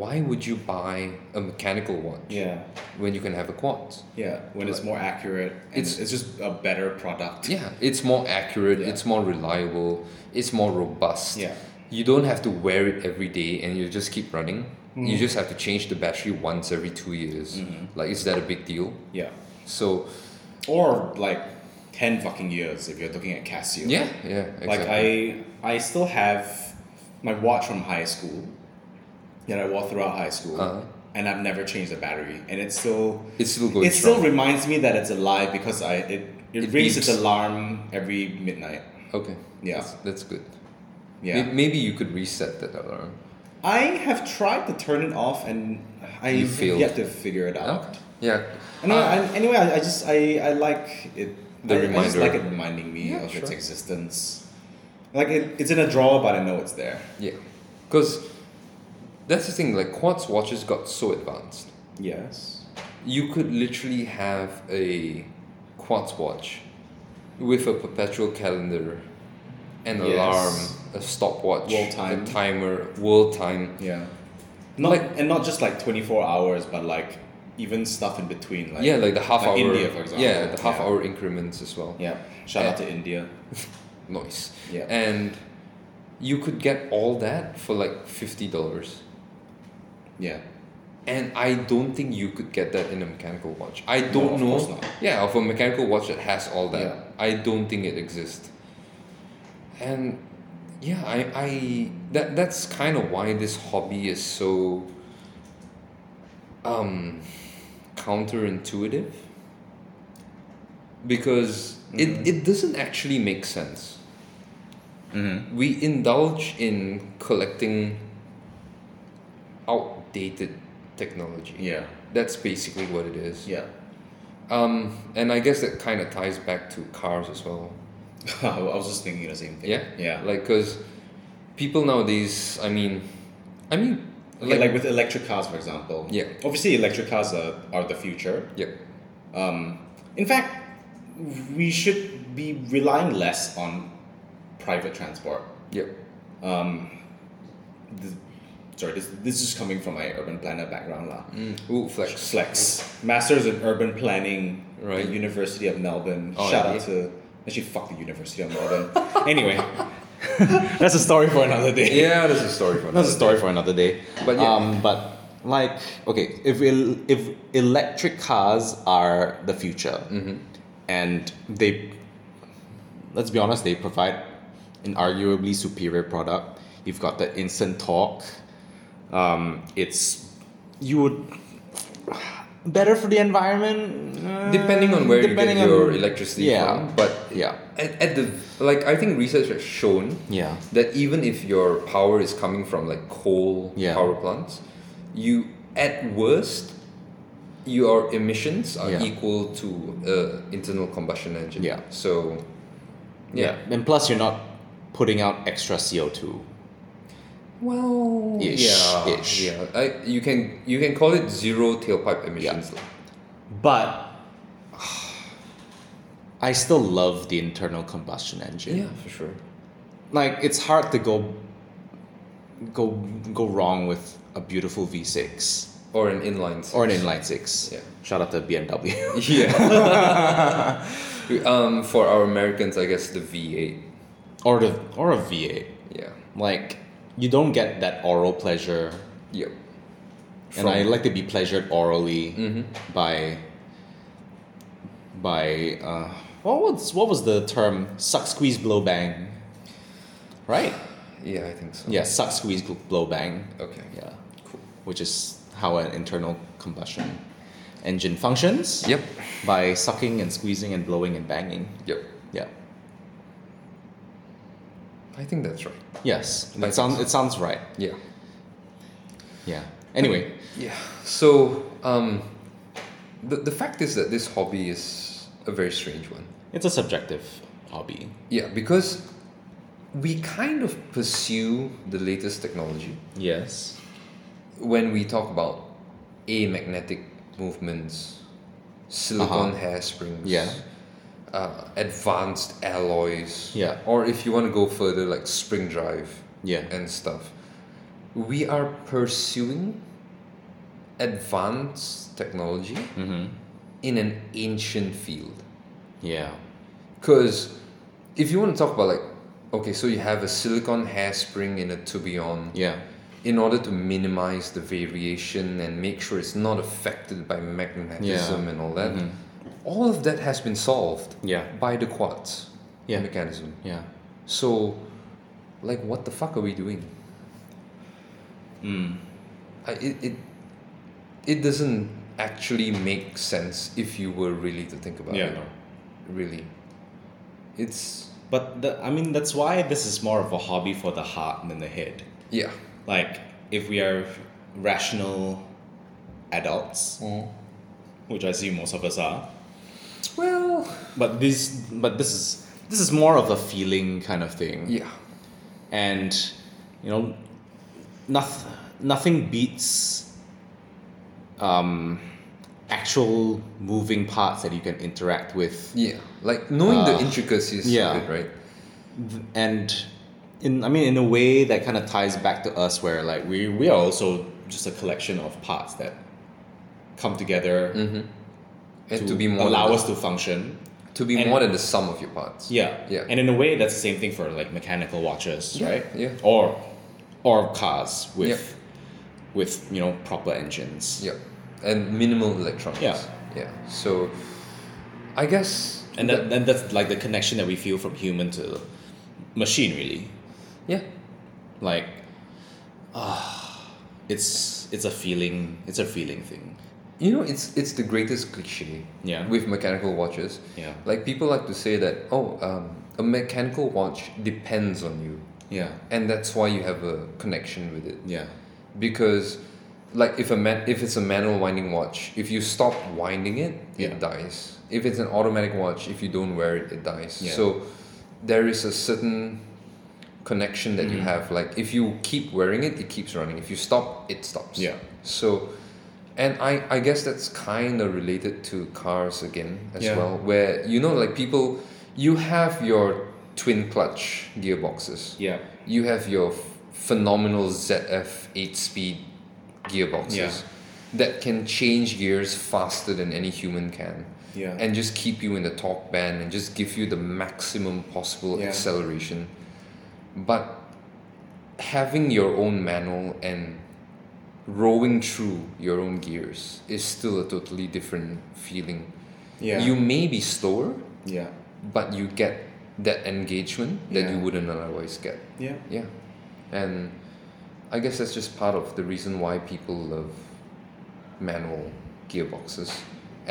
Speaker 1: why would you buy a mechanical watch
Speaker 2: Yeah,
Speaker 1: when you can have a quartz?
Speaker 2: yeah. When it's more accurate, and
Speaker 1: It's-
Speaker 2: it's it's just a better product.
Speaker 1: Yeah, it's more accurate,
Speaker 2: Yeah.
Speaker 1: it's more reliable, it's more robust.
Speaker 2: Yeah.
Speaker 1: You don't have to wear it every day and you just keep running. You
Speaker 2: Mm-hmm.
Speaker 1: just have to change the battery once every two years. Like, is that a big deal?
Speaker 2: Yeah.
Speaker 1: So,
Speaker 2: Or like ten fucking years if you're looking at Casio.
Speaker 1: Yeah, yeah, exactly.
Speaker 2: Like I I still have my watch from high school that I wore throughout high school,
Speaker 1: Uh-huh.
Speaker 2: and I've never changed the battery, and it's still
Speaker 1: it's still going
Speaker 2: it still
Speaker 1: strong.
Speaker 2: reminds me that it's alive because I it it,
Speaker 1: It
Speaker 2: rings its
Speaker 1: beeps.
Speaker 2: alarm every midnight.
Speaker 1: okay.
Speaker 2: Yeah.
Speaker 1: that's, that's good.
Speaker 2: Yeah.
Speaker 1: May- Maybe you could reset that alarm.
Speaker 2: I have tried to turn it off and
Speaker 1: You
Speaker 2: I've
Speaker 1: failed.
Speaker 2: yet to figure it out.
Speaker 1: Okay. Yeah.
Speaker 2: Anyway,
Speaker 1: Uh,
Speaker 2: I, anyway I, I just I, I like it.
Speaker 1: The
Speaker 2: I, I just
Speaker 1: reminder.
Speaker 2: like it reminding me
Speaker 1: Yeah,
Speaker 2: of its
Speaker 1: sure.
Speaker 2: existence. Like it, it's in a drawer, but I know it's there.
Speaker 1: yeah, because that's the thing. Like quartz watches got so advanced.
Speaker 3: Yes.
Speaker 1: You could literally have a quartz watch with a perpetual calendar, an
Speaker 3: Yes.
Speaker 1: alarm, a stopwatch,
Speaker 2: World time.
Speaker 1: a timer, world time.
Speaker 2: Yeah. Not
Speaker 1: Like-
Speaker 2: and not just like twenty four hours, but like even stuff in between. Like
Speaker 1: yeah, like the half
Speaker 2: like
Speaker 1: hour.
Speaker 2: India, for example.
Speaker 1: Yeah, the half
Speaker 2: Yeah.
Speaker 1: hour increments as well.
Speaker 2: yeah. Shout out to India.
Speaker 1: Nice.
Speaker 2: Yeah.
Speaker 1: And you could get all that for like fifty dollars.
Speaker 2: Yeah.
Speaker 1: And I don't think you could get that in a mechanical watch. I don't
Speaker 2: of
Speaker 1: know.
Speaker 2: course not.
Speaker 1: Yeah, of a mechanical watch that has all that.
Speaker 2: Yeah.
Speaker 1: I don't think it exists. And yeah, I, I that that's kind of why this hobby is so um counterintuitive. Because
Speaker 2: Mm-hmm.
Speaker 1: it, it doesn't actually make sense. We indulge in collecting outdated technology.
Speaker 2: Yeah.
Speaker 1: That's basically what it is.
Speaker 2: Yeah.
Speaker 1: Um, and I guess that kind of ties back to cars as well.
Speaker 2: I was just thinking the same thing.
Speaker 1: Yeah.
Speaker 2: Yeah.
Speaker 1: Like, cause people nowadays, I mean, I mean,
Speaker 2: Okay, like, with electric cars, for example.
Speaker 1: Yeah.
Speaker 2: Obviously, electric cars are, are the future.
Speaker 1: yeah,
Speaker 2: Um, in fact, we should be relying less on private transport.
Speaker 1: yeah,
Speaker 2: Th- sorry, this, this is coming from my urban planner background. lah.
Speaker 1: ooh, flex.
Speaker 2: Flex. Masters in Urban Planning,
Speaker 1: Right.
Speaker 2: the University of Melbourne.
Speaker 1: Oh,
Speaker 2: Shout
Speaker 1: yeah.
Speaker 2: out to. Actually, fuck the University of Melbourne. anyway, that's a story for another day.
Speaker 1: Yeah, that's a story for
Speaker 2: That's a
Speaker 1: another.
Speaker 2: story for another day.
Speaker 1: But yeah.
Speaker 2: um, but
Speaker 3: Like okay, if el- if electric cars are the future,
Speaker 1: Mm-hmm.
Speaker 3: and they, let's be honest, they provide an arguably superior product. You've got the instant torque. Um, it's you would better for the environment. uh,
Speaker 1: Depending on where
Speaker 3: depending
Speaker 1: you get your
Speaker 3: on-
Speaker 1: electricity
Speaker 3: yeah,
Speaker 1: from, but
Speaker 3: yeah,
Speaker 1: at, at the like, I think research has shown
Speaker 3: yeah.
Speaker 1: that even if your power is coming from like coal
Speaker 3: Yeah.
Speaker 1: power plants, you at worst your emissions are
Speaker 3: Yeah.
Speaker 1: equal to uh, internal combustion engine.
Speaker 3: Yeah.
Speaker 1: So yeah.
Speaker 3: And plus, you're not putting out extra CO2.
Speaker 1: Well
Speaker 3: Ish,
Speaker 1: yeah,
Speaker 3: ish.
Speaker 1: yeah. I, you can you can call it zero tailpipe emissions. lah.
Speaker 3: But I still love the internal combustion engine.
Speaker 1: Yeah, for sure.
Speaker 3: Like it's hard to go go go wrong with a beautiful V6
Speaker 1: Or an inline six.
Speaker 3: or an inline 6.
Speaker 1: Yeah.
Speaker 3: Shout out to BMW.
Speaker 1: Yeah. um, for our Americans I guess the V eight.
Speaker 3: or the or a V8.
Speaker 1: Yeah.
Speaker 3: Like you don't get that oral pleasure
Speaker 1: Yep.
Speaker 3: and I like to be pleasured orally
Speaker 1: Mm-hmm.
Speaker 3: by by uh, what was what was the term suck squeeze blow bang, right?
Speaker 1: Yeah, I think so.
Speaker 3: Yeah, suck squeeze gl- blow bang.
Speaker 1: Okay.
Speaker 3: Yeah,
Speaker 1: Cool.
Speaker 3: which is how an internal combustion engine functions.
Speaker 1: Yep.
Speaker 3: By sucking and squeezing and blowing and banging.
Speaker 1: Yep.
Speaker 3: Yeah.
Speaker 1: I think that's right.
Speaker 3: Yes.
Speaker 1: Like
Speaker 3: That sounds it sounds right.
Speaker 1: Yeah.
Speaker 3: Yeah. Anyway.
Speaker 1: Yeah. So, um, the, the fact is that this hobby is a very strange one.
Speaker 3: It's a subjective hobby.
Speaker 1: Yeah, because we kind of pursue the latest technology
Speaker 3: Yes.
Speaker 1: when we talk about amagnetic movements, silicon hairsprings,
Speaker 3: Uh-huh. Yeah.
Speaker 1: uh, advanced alloys,
Speaker 3: Yeah.
Speaker 1: or if you want to go further, like spring drive
Speaker 3: Yeah.
Speaker 1: and stuff. We are pursuing advanced technology
Speaker 3: Mm-hmm.
Speaker 1: in an ancient field.
Speaker 3: Yeah.
Speaker 1: Because if you want to talk about, like, okay, so you have a silicon hairspring in a tourbillon
Speaker 3: Yeah.
Speaker 1: in order to minimize the variation and make sure it's not affected by magnetism
Speaker 3: Yeah. Mm-hmm.
Speaker 1: and all that. All of that has been solved
Speaker 3: Yeah.
Speaker 1: by the quartz
Speaker 3: Yeah.
Speaker 1: mechanism.
Speaker 3: Yeah.
Speaker 1: So, like, what the fuck are we doing?
Speaker 2: Hmm.
Speaker 1: I, it, it, it doesn't actually make sense if you were really to think about
Speaker 2: Yeah,
Speaker 1: it.
Speaker 2: no.
Speaker 1: Really. It's,
Speaker 2: But the, I mean, that's why this is more of a hobby for the heart than the head.
Speaker 1: yeah.
Speaker 2: Like, if we are rational adults, which I see most of us are,
Speaker 1: Well,
Speaker 3: But this but this is this is more of a feeling kind of thing.
Speaker 1: yeah.
Speaker 3: and you know nothing
Speaker 2: nothing beats um, actual moving parts that you can interact with
Speaker 1: Yeah, like knowing
Speaker 2: Uh,
Speaker 1: the intricacies
Speaker 2: yeah.
Speaker 1: of it, right?
Speaker 2: and in I mean in a way that kind of ties back to us where like we we are also just a collection of parts that come together
Speaker 1: And to, be more
Speaker 2: allow
Speaker 1: than
Speaker 2: us Mm-hmm. to function.
Speaker 1: the, to be
Speaker 2: and-
Speaker 1: more than the sum of your parts.
Speaker 2: Yeah.
Speaker 1: Yeah.
Speaker 2: And in a way that's the same thing for like mechanical watches,
Speaker 1: Yeah,
Speaker 2: right?
Speaker 1: yeah.
Speaker 2: Or or cars with
Speaker 1: Yep.
Speaker 2: with, you know, proper engines.
Speaker 1: Yeah, and minimal electronics.
Speaker 2: Yeah.
Speaker 1: yeah. So, I guess.
Speaker 2: And that, and that's like the connection that we feel from human to machine really.
Speaker 1: yeah,
Speaker 2: Like ah it's it's a feeling it's a feeling thing.
Speaker 1: you know, it's it's the greatest cliche.
Speaker 2: Yeah.
Speaker 1: With mechanical watches.
Speaker 2: Yeah.
Speaker 1: Like people like to say that oh, um, a mechanical watch depends on you,
Speaker 2: Yeah.
Speaker 1: and that's why you have a connection with it.
Speaker 2: Yeah.
Speaker 1: because like if a man if it's a manual winding watch if you stop winding it
Speaker 2: Yeah.
Speaker 1: it dies if it's an automatic watch if you don't wear it it dies
Speaker 2: Yeah.
Speaker 1: so there is a certain connection that
Speaker 2: Mm.
Speaker 1: you have like if you keep wearing it it keeps running if you stop it stops
Speaker 2: Yeah.
Speaker 1: so and i i guess that's kind of related to cars again as
Speaker 2: Yeah.
Speaker 1: well where you know like people you have your twin clutch gearboxes
Speaker 2: Yeah.
Speaker 1: you have your f- phenomenal ZF 8 speed gearboxes
Speaker 2: Yeah.
Speaker 1: that can change gears faster than any human can
Speaker 2: Yeah.
Speaker 1: and just keep you in the torque band and just give you the maximum possible
Speaker 2: Yeah.
Speaker 1: acceleration. But having your own manual and rowing through your own gears is still a totally different feeling.
Speaker 2: yeah.
Speaker 1: You may be slower,
Speaker 2: yeah.
Speaker 1: but you get that engagement that
Speaker 2: Yeah.
Speaker 1: you wouldn't otherwise get.
Speaker 2: Yeah.
Speaker 1: Yeah. And I guess that's just part of the reason why people love manual gearboxes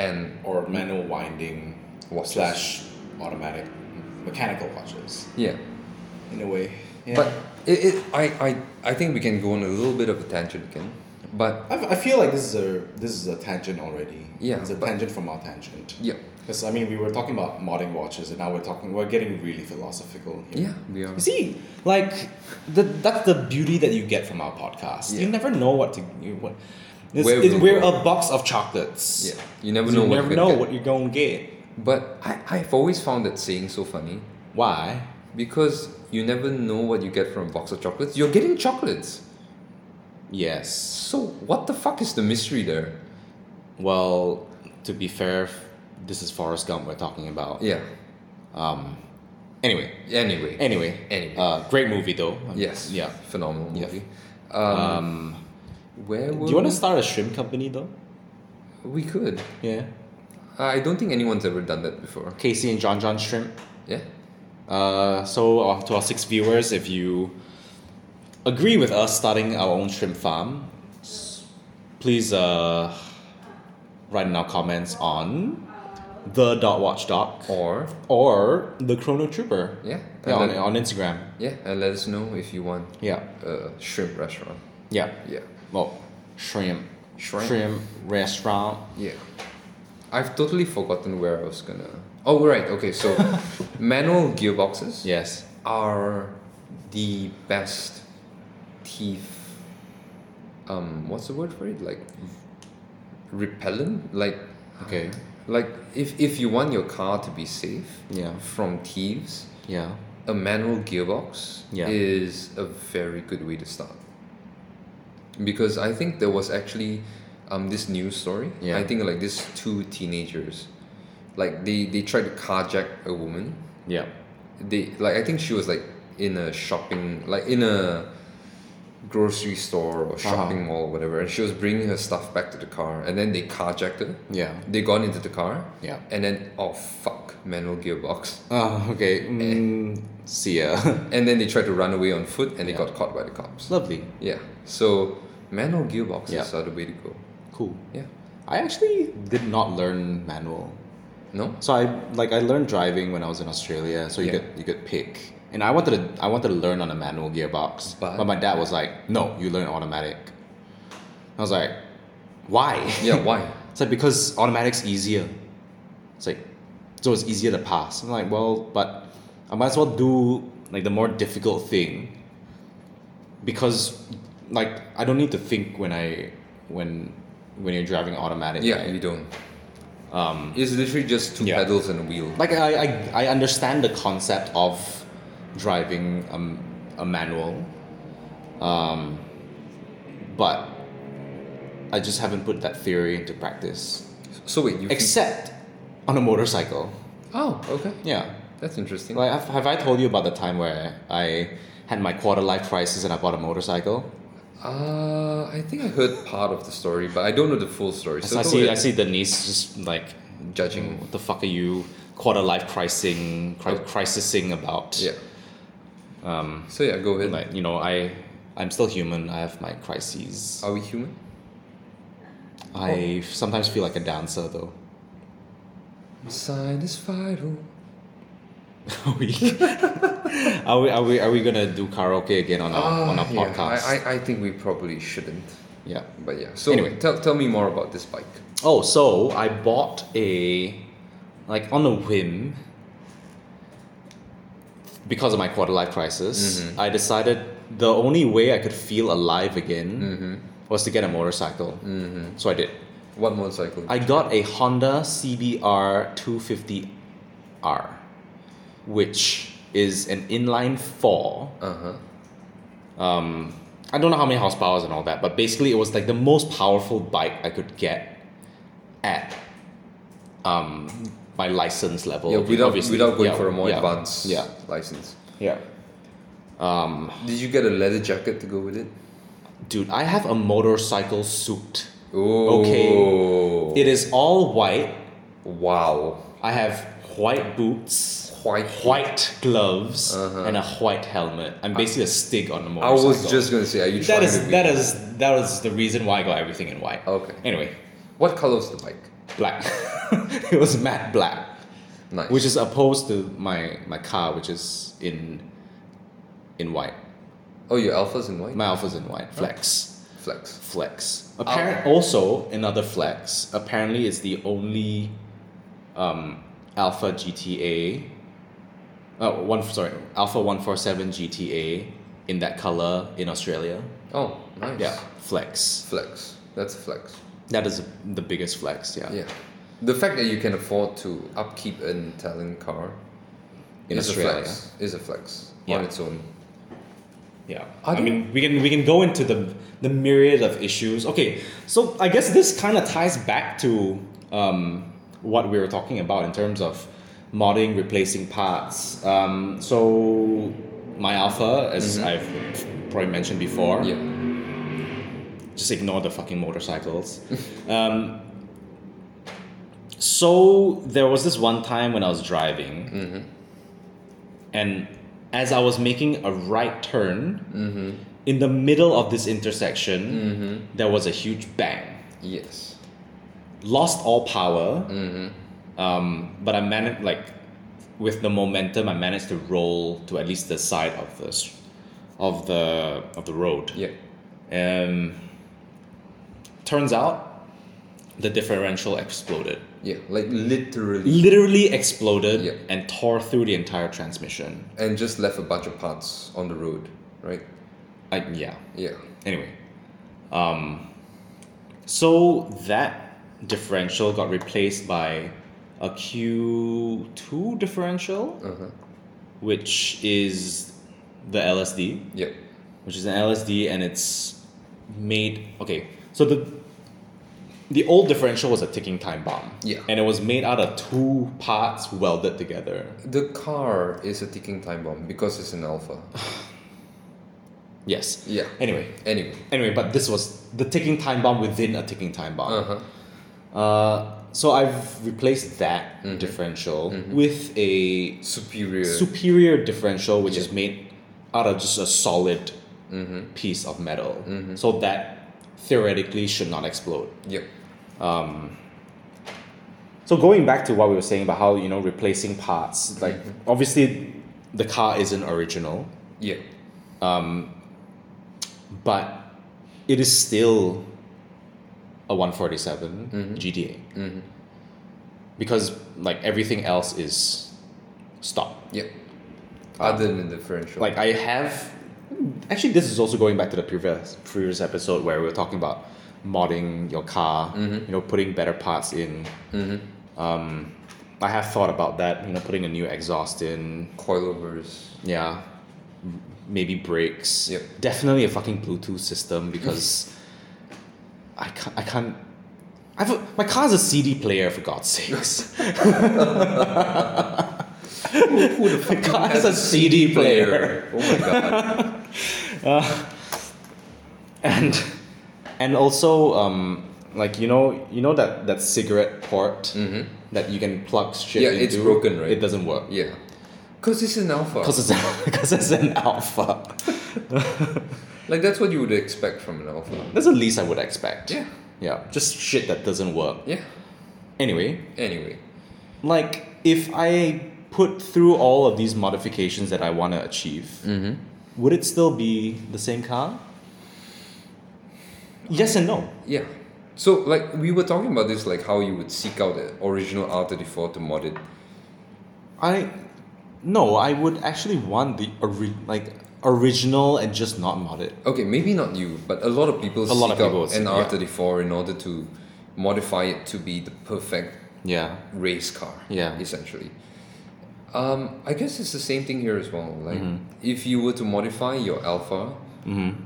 Speaker 1: and
Speaker 2: Or manual winding
Speaker 1: Watches.
Speaker 2: slash automatic mechanical watches
Speaker 1: yeah.
Speaker 2: in a way. Yeah.
Speaker 1: But it, it I, I I think we can go on a little bit of a tangent again. But
Speaker 2: I, I feel like this is a this is a tangent already.
Speaker 1: Yeah,
Speaker 2: It's a
Speaker 1: but-
Speaker 2: tangent from our tangent.
Speaker 1: yeah.
Speaker 2: Because I mean we were talking about modding watches and now we're talking we're getting really philosophical here.
Speaker 1: Yeah, we are.
Speaker 2: You see, like the, that's the beauty that you get from our podcast. You
Speaker 1: Yeah.
Speaker 2: never know what to you, what. It's,
Speaker 1: Where
Speaker 2: it's-
Speaker 1: we'll
Speaker 2: we're
Speaker 1: go.
Speaker 2: a box of chocolates.
Speaker 1: Yeah. You never know
Speaker 2: you
Speaker 1: what
Speaker 2: never
Speaker 1: you're
Speaker 2: know
Speaker 1: gonna get.
Speaker 2: what you're gonna get.
Speaker 1: But I, I've always found that saying so funny
Speaker 2: Why?
Speaker 1: because you never know what you get from a box of chocolates. You're getting chocolates.
Speaker 2: Yes.
Speaker 1: So what the fuck is the mystery there?
Speaker 2: Well, to be fair, f- this is Forrest Gump we're talking about.
Speaker 1: Yeah.
Speaker 2: Um. Anyway.
Speaker 1: Anyway.
Speaker 2: Anyway.
Speaker 1: Anyway.
Speaker 2: Uh, great movie though.
Speaker 1: Yes.
Speaker 2: Yeah.
Speaker 1: Phenomenal
Speaker 2: Yeah.
Speaker 1: movie. Um,
Speaker 2: Um.
Speaker 1: where
Speaker 2: Do
Speaker 1: were
Speaker 2: you want
Speaker 1: we?
Speaker 2: to start a shrimp company though?
Speaker 1: We could.
Speaker 2: Yeah.
Speaker 1: I don't think anyone's ever done that before.
Speaker 2: Casey and John John Shrimp.
Speaker 1: Yeah.
Speaker 2: Uh, so uh, to our six viewers, if you agree with us starting our own shrimp farm, s- please uh, write in our comments on the dot watch doc
Speaker 1: Or
Speaker 2: or the Chrono Trooper.
Speaker 1: yeah,
Speaker 2: Yeah,
Speaker 1: and
Speaker 2: on,
Speaker 1: let,
Speaker 2: on Instagram.
Speaker 1: yeah, and let us know if you want
Speaker 2: Yeah,
Speaker 1: a shrimp restaurant.
Speaker 2: yeah.
Speaker 1: Yeah,
Speaker 2: Well, shrimp,
Speaker 1: Shrimp.
Speaker 2: restaurant.
Speaker 1: yeah. I've totally forgotten where I was gonna. Oh right, okay. So manual gearboxes
Speaker 2: Yes.
Speaker 1: are the best teeth. Um, what's the word for it? Like repellent. Like
Speaker 2: Okay.
Speaker 1: like if if you want your car to be safe
Speaker 2: Yeah.
Speaker 1: from thieves,
Speaker 2: Yeah.
Speaker 1: a manual gearbox
Speaker 2: Yeah.
Speaker 1: is a very good way to start. Because I think there was actually um, this news story.
Speaker 2: Yeah.
Speaker 1: I think like these two teenagers, like they, they tried to carjack a woman.
Speaker 2: Yeah.
Speaker 1: They like I think she was like in a shopping like in a grocery store
Speaker 2: Uh-huh.
Speaker 1: or shopping mall or whatever, and she was bringing her stuff back to the car, and then they carjacked her.
Speaker 2: Yeah.
Speaker 1: They got into the car,
Speaker 2: Yeah.
Speaker 1: and then oh fuck, manual gearbox.
Speaker 2: Oh, okay.
Speaker 1: Eh.
Speaker 2: Mm, see ya.
Speaker 1: And then they tried to run away on foot and they
Speaker 2: Yeah.
Speaker 1: got caught by the cops.
Speaker 2: Lovely.
Speaker 1: Yeah. So manual gearboxes
Speaker 2: Yeah.
Speaker 1: are the way to go.
Speaker 2: Cool.
Speaker 1: Yeah.
Speaker 2: I actually did not learn manual.
Speaker 1: No?
Speaker 2: So I like I learned driving when I was in Australia. So you
Speaker 1: Yeah.
Speaker 2: could you could pick, and I wanted to I wanted to learn on a manual gearbox,
Speaker 1: But-
Speaker 2: but my dad was like, "No, you learn automatic." I was like, "Why?"
Speaker 1: Yeah, why?
Speaker 2: It's like because automatic's easier. It's like so it's easier to pass. I'm like, well, but I might as well do like the more difficult thing. Because like I don't need to think when I when when you're driving automatic.
Speaker 1: Yeah,
Speaker 2: right?
Speaker 1: you don't. Um, it's literally just two
Speaker 2: yeah.
Speaker 1: pedals and a wheel.
Speaker 2: like I, I, I understand the concept of driving um, a manual um, but i just haven't put that theory into practice
Speaker 1: So wait, you
Speaker 2: except on a motorcycle
Speaker 1: oh okay,
Speaker 2: yeah
Speaker 1: that's interesting.
Speaker 2: like have, have i told you about the time where i had my quarter life crisis and i bought a motorcycle
Speaker 1: Uh, I think I heard part of the story, but I don't know the full story. So
Speaker 2: i
Speaker 1: go
Speaker 2: see i
Speaker 1: ahead.
Speaker 2: see denise just like
Speaker 1: judging.
Speaker 2: what the fuck are you quarter life crising cri- crisising about
Speaker 1: Yeah. Um, so yeah, go ahead.
Speaker 2: like you know i i'm still human i have my crises
Speaker 1: Are we human?
Speaker 2: i sometimes feel like a dancer though
Speaker 1: Sign is vital.
Speaker 2: are we are we are we, are we gonna do karaoke again on our on our
Speaker 1: Ah, yeah,
Speaker 2: podcast
Speaker 1: I, I, I think we probably shouldn't.
Speaker 2: yeah
Speaker 1: But yeah. So
Speaker 2: Anyway.
Speaker 1: tell tell me more about this bike.
Speaker 2: oh so i bought a like on a whim because of my quarter life crisis i decided the only way i could feel alive again was to get a motorcycle mm-hmm. so i did
Speaker 1: One motorcycle.
Speaker 2: I got a Honda CBR 250R, which is an inline 4.
Speaker 1: Uh huh. Uh-huh.
Speaker 2: Um, I don't know how many horsepowers and all that, but basically it was like the most powerful bike I could get at um, my license level.
Speaker 1: Yeah, without
Speaker 2: obviously.
Speaker 1: without going
Speaker 2: Yeah,
Speaker 1: for a more
Speaker 2: yeah,
Speaker 1: advanced
Speaker 2: Yeah,
Speaker 1: license.
Speaker 2: yeah.
Speaker 1: Did you get a leather jacket to go with it?
Speaker 2: Dude, I have a motorcycle suit.
Speaker 1: Oh.
Speaker 2: Okay. It is all white.
Speaker 1: Wow.
Speaker 2: I have white boots.
Speaker 1: White.
Speaker 2: white gloves and a white helmet. I'm basically a stig on the
Speaker 1: I
Speaker 2: motorcycle.
Speaker 1: was just gonna say, are you
Speaker 2: that
Speaker 1: trying
Speaker 2: is
Speaker 1: to be?
Speaker 2: that is that was the reason why I got everything in white.
Speaker 1: Okay.
Speaker 2: Anyway,
Speaker 1: What color was the bike?
Speaker 2: black. it was matte black,
Speaker 1: Nice.
Speaker 2: which is opposed to my my car, which is in in white.
Speaker 1: oh, your alphas in white.
Speaker 2: My Alpha's in white. Flex.
Speaker 1: Flex.
Speaker 2: Flex. Apparent. Also another flex. Apparently, it's the only um, Alpha GTA. Oh, one sorry, Alpha One Four Seven GTA in that color in Australia.
Speaker 1: Oh, nice.
Speaker 2: Yeah, flex.
Speaker 1: Flex. That's a flex.
Speaker 2: That is the biggest flex. Yeah.
Speaker 1: Yeah. The fact that you can afford to upkeep an Italian car
Speaker 2: In
Speaker 1: is a
Speaker 2: Australia.
Speaker 1: flex. Is a flex
Speaker 2: Yeah.
Speaker 1: on its own.
Speaker 2: Yeah.
Speaker 1: Are
Speaker 2: I
Speaker 1: there-
Speaker 2: mean, we can we can go into the the myriad of issues. Okay, so I guess this kind of ties back to um, what we were talking about in terms of modding, replacing parts. Um, so my alpha, as I've probably mentioned before,
Speaker 1: Mm-hmm. Yeah.
Speaker 2: just ignore the fucking motorcycles. um, so there was this one time when I was driving, and as I was making a right turn in the middle of this intersection, there was a huge bang.
Speaker 1: Yes.
Speaker 2: Lost all power, um, but I managed like with the momentum, I managed to roll to at least the side of the s- of the of the road.
Speaker 1: Yeah.
Speaker 2: Um, turns out the differential exploded.
Speaker 1: Yeah. Like literally,
Speaker 2: Literally exploded
Speaker 1: Yeah.
Speaker 2: and tore through the entire transmission.
Speaker 1: and just left a bunch of parts on the road, right?
Speaker 2: I, yeah.
Speaker 1: Yeah.
Speaker 2: Anyway. Um, so that differential got replaced by a Q2 differential, which is the LSD.
Speaker 1: Yeah.
Speaker 2: which is an LSD, and it's made okay. So the the old differential was a ticking time bomb.
Speaker 1: Yeah.
Speaker 2: And it was made out of two parts welded together.
Speaker 1: The car is a ticking time bomb because it's an alpha.
Speaker 2: Yes.
Speaker 1: Yeah.
Speaker 2: Anyway,
Speaker 1: Anyway.
Speaker 2: anyway, but this was the ticking time bomb within a ticking time bomb.
Speaker 1: Uh huh.
Speaker 2: Uh, so I've replaced that differential with a
Speaker 1: Superior.
Speaker 2: superior differential, which is made out of just a solid piece of metal. So that theoretically should not explode.
Speaker 1: yeah.
Speaker 2: So going back to what we were saying about how you know replacing parts, like obviously the car isn't original,
Speaker 1: Yeah.
Speaker 2: but it is still a 147 GTA because like everything else is stock.
Speaker 1: Yeah. Other than the differential.
Speaker 2: Like I have Actually, this is also going back to the previous previous episode where we were talking about modding your car. You know, putting better parts in. Um, I have thought about that. You know, putting a new exhaust in.
Speaker 1: Coilovers.
Speaker 2: Yeah, M- maybe brakes.
Speaker 1: Yep.
Speaker 2: Definitely a fucking Bluetooth system because I can't. I can't. I've a- my car's a CD player for God's sakes.
Speaker 1: Who the fuck
Speaker 2: My car has a CD player.
Speaker 1: Oh my god.
Speaker 2: and and also um like you know you know that that cigarette port that you can plug shit
Speaker 1: Mm-hmm. Yeah, it's
Speaker 2: into?
Speaker 1: broken, right?
Speaker 2: it doesn't work
Speaker 1: yeah. Because it's an alpha.
Speaker 2: because it's because it's an alpha
Speaker 1: Like that's what you would expect from an alpha.
Speaker 2: that's the least i would expect
Speaker 1: Yeah.
Speaker 2: yeah just shit that doesn't work
Speaker 1: Yeah.
Speaker 2: anyway
Speaker 1: Anyway.
Speaker 2: like if i put through all of these modifications that i want to achieve would it still be the same car yes and no
Speaker 1: Yeah. So like we were talking about this, like how you would seek out the original R thirty four to mod it.
Speaker 2: I no, I would actually want the ori- like original and just not modded.
Speaker 1: Okay, maybe not you, but a lot of people
Speaker 2: A
Speaker 1: seek
Speaker 2: lot of people
Speaker 1: out
Speaker 2: seek-
Speaker 1: an
Speaker 2: yeah.
Speaker 1: R thirty four in order to modify it to be the perfect
Speaker 2: Yeah.
Speaker 1: race car.
Speaker 2: Yeah.
Speaker 1: Essentially. Um, I guess it's the same thing here as well. Like
Speaker 2: Mm-hmm.
Speaker 1: if you were to modify your alpha,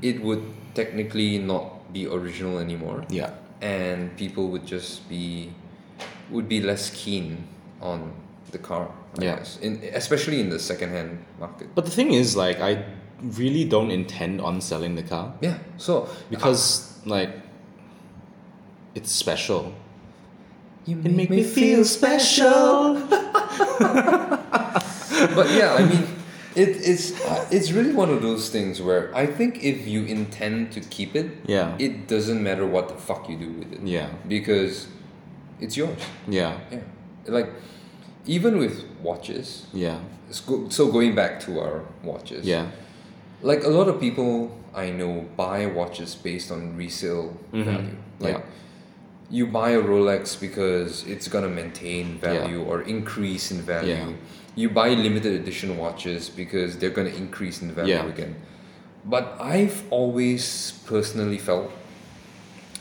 Speaker 1: it would technically not be original anymore.
Speaker 2: Yeah.
Speaker 1: and people would just be would be less keen on the car. I
Speaker 2: Yeah.
Speaker 1: guess. In, especially in the secondhand market.
Speaker 2: But the thing is like I really don't intend on selling the car
Speaker 1: Yeah. So
Speaker 2: because like it's special.
Speaker 1: you
Speaker 2: It make me feel special.
Speaker 1: but yeah, I mean, it, it's uh, it's really one of those things where I think if you intend to keep it,
Speaker 2: Yeah.
Speaker 1: it doesn't matter what the fuck you do with it.
Speaker 2: Yeah.
Speaker 1: Because it's yours.
Speaker 2: Yeah.
Speaker 1: Yeah. Like even with watches.
Speaker 2: Yeah.
Speaker 1: it's go- So going back to our watches.
Speaker 2: Yeah.
Speaker 1: like a lot of people I know buy watches based on resale value. Like
Speaker 2: Mm-hmm. Yeah.
Speaker 1: you buy a Rolex because it's gonna maintain value or increase in value.
Speaker 2: Yeah.
Speaker 1: You buy limited edition watches because they're gonna increase in value
Speaker 2: Yeah.
Speaker 1: again. But I've always personally felt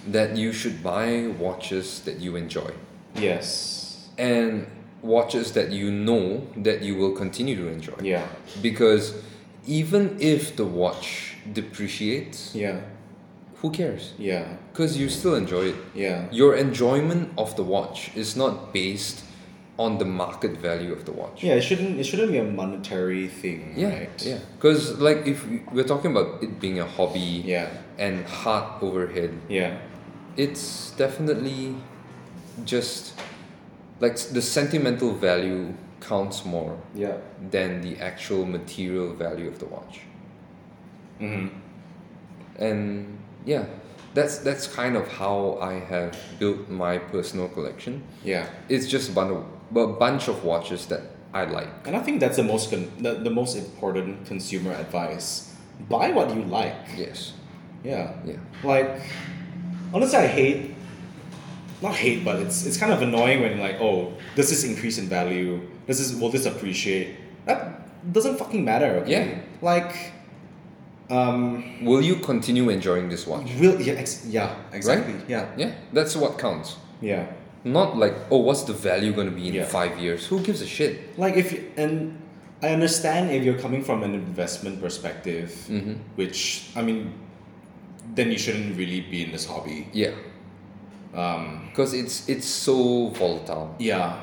Speaker 1: that you should buy watches that you enjoy
Speaker 2: Yes.
Speaker 1: and watches that you know that you will continue to enjoy
Speaker 2: Yeah.
Speaker 1: because even if the watch depreciates
Speaker 2: Yeah.
Speaker 1: who cares
Speaker 2: Yeah.
Speaker 1: because you still enjoy it
Speaker 2: Yeah.
Speaker 1: your enjoyment of the watch is not based on the market value of the watch
Speaker 2: it shouldn't it shouldn't be a monetary thing,
Speaker 1: yeah because like if we- we're talking about it being a hobby
Speaker 2: Yeah.
Speaker 1: and hard overhead
Speaker 2: Yeah.
Speaker 1: it's definitely just like s- the sentimental value counts more
Speaker 2: Yeah.
Speaker 1: than the actual material value of the watch
Speaker 2: hmm
Speaker 1: and yeah that's that's kind of how i have built my personal collection
Speaker 2: Yeah.
Speaker 1: it's just a bunch of, a bunch of watches that i like
Speaker 2: And I think that's the most con- the, the most important consumer advice. Buy what you like.
Speaker 1: yes
Speaker 2: Yeah.
Speaker 1: yeah
Speaker 2: Like honestly I hate not hate but it's it's kind of annoying when you're like, oh, does this increase in value? Does this will this appreciate? That doesn't fucking matter, okay?
Speaker 1: Yeah.
Speaker 2: Like um
Speaker 1: will you continue enjoying this watch
Speaker 2: will yeah ex- yeah, exactly. Yeah.
Speaker 1: yeah that's what counts
Speaker 2: Yeah.
Speaker 1: not like oh what's the value going to be in
Speaker 2: Yeah.
Speaker 1: 5 years who gives a shit
Speaker 2: like if you- and I understand if you're coming from an investment perspective, which I mean, then you shouldn't really be in this hobby.
Speaker 1: yeah
Speaker 2: Um,
Speaker 1: because it's it's so volatile
Speaker 2: yeah,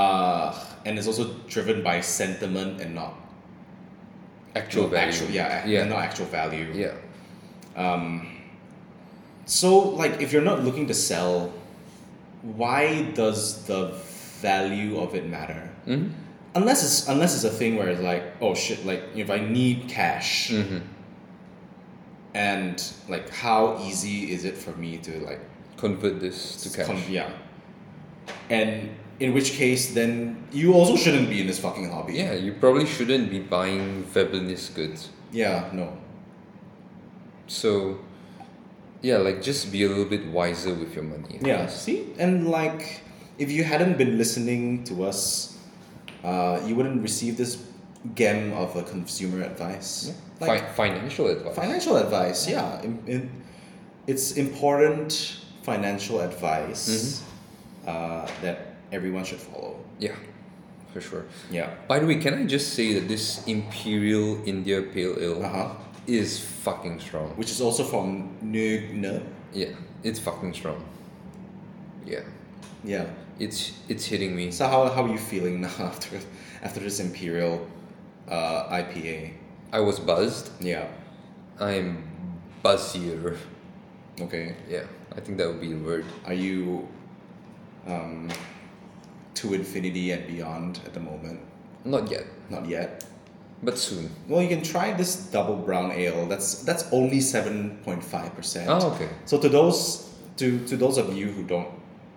Speaker 2: uh, and it's also driven by sentiment and not
Speaker 1: actual
Speaker 2: not
Speaker 1: value
Speaker 2: Actual, yeah,
Speaker 1: yeah
Speaker 2: and not actual value.
Speaker 1: yeah
Speaker 2: So like, if you're not looking to sell, why does the value of it matter?
Speaker 1: Mhm.
Speaker 2: Unless it's unless it's a thing where it's like, oh shit, like if I need cash,
Speaker 1: Mm-hmm.
Speaker 2: and like how easy is it for me to like
Speaker 1: convert this to cash
Speaker 2: come yeah, and in which case then you also shouldn't be in this fucking hobby.
Speaker 1: yeah you probably shouldn't be buying Veblenist goods
Speaker 2: Yeah. No.
Speaker 1: So, yeah, like just be a little bit wiser with your money.
Speaker 2: Yeah, see? And like, if you hadn't been listening to us, uh, you wouldn't receive this gem of a consumer advice.
Speaker 1: Fi-
Speaker 2: Like
Speaker 1: financial advice.
Speaker 2: financial advice, yeah. In, in, it's important financial advice uh, that everyone should follow.
Speaker 1: yeah, for sure.
Speaker 2: Yeah.
Speaker 1: By the way, can I just say that this Imperial India Pale Ale
Speaker 2: Uh-huh.
Speaker 1: is fucking strong.
Speaker 2: Which is also from Nugne.
Speaker 1: Yeah, it's fucking strong. Yeah,
Speaker 2: Yeah.
Speaker 1: it's it's hitting me.
Speaker 2: So how, how are you feeling now after after this Imperial uh, IPA?
Speaker 1: I was buzzed.
Speaker 2: Yeah.
Speaker 1: I'm buzzier.
Speaker 2: Okay.
Speaker 1: Yeah, I think that would be the word.
Speaker 2: Are you um, to infinity and beyond at the moment?
Speaker 1: Not yet,
Speaker 2: Not yet.
Speaker 1: but soon.
Speaker 2: Well, you can try this double brown ale. That's that's only seven point five percent.
Speaker 1: Oh, okay.
Speaker 2: So to those to to those of you who don't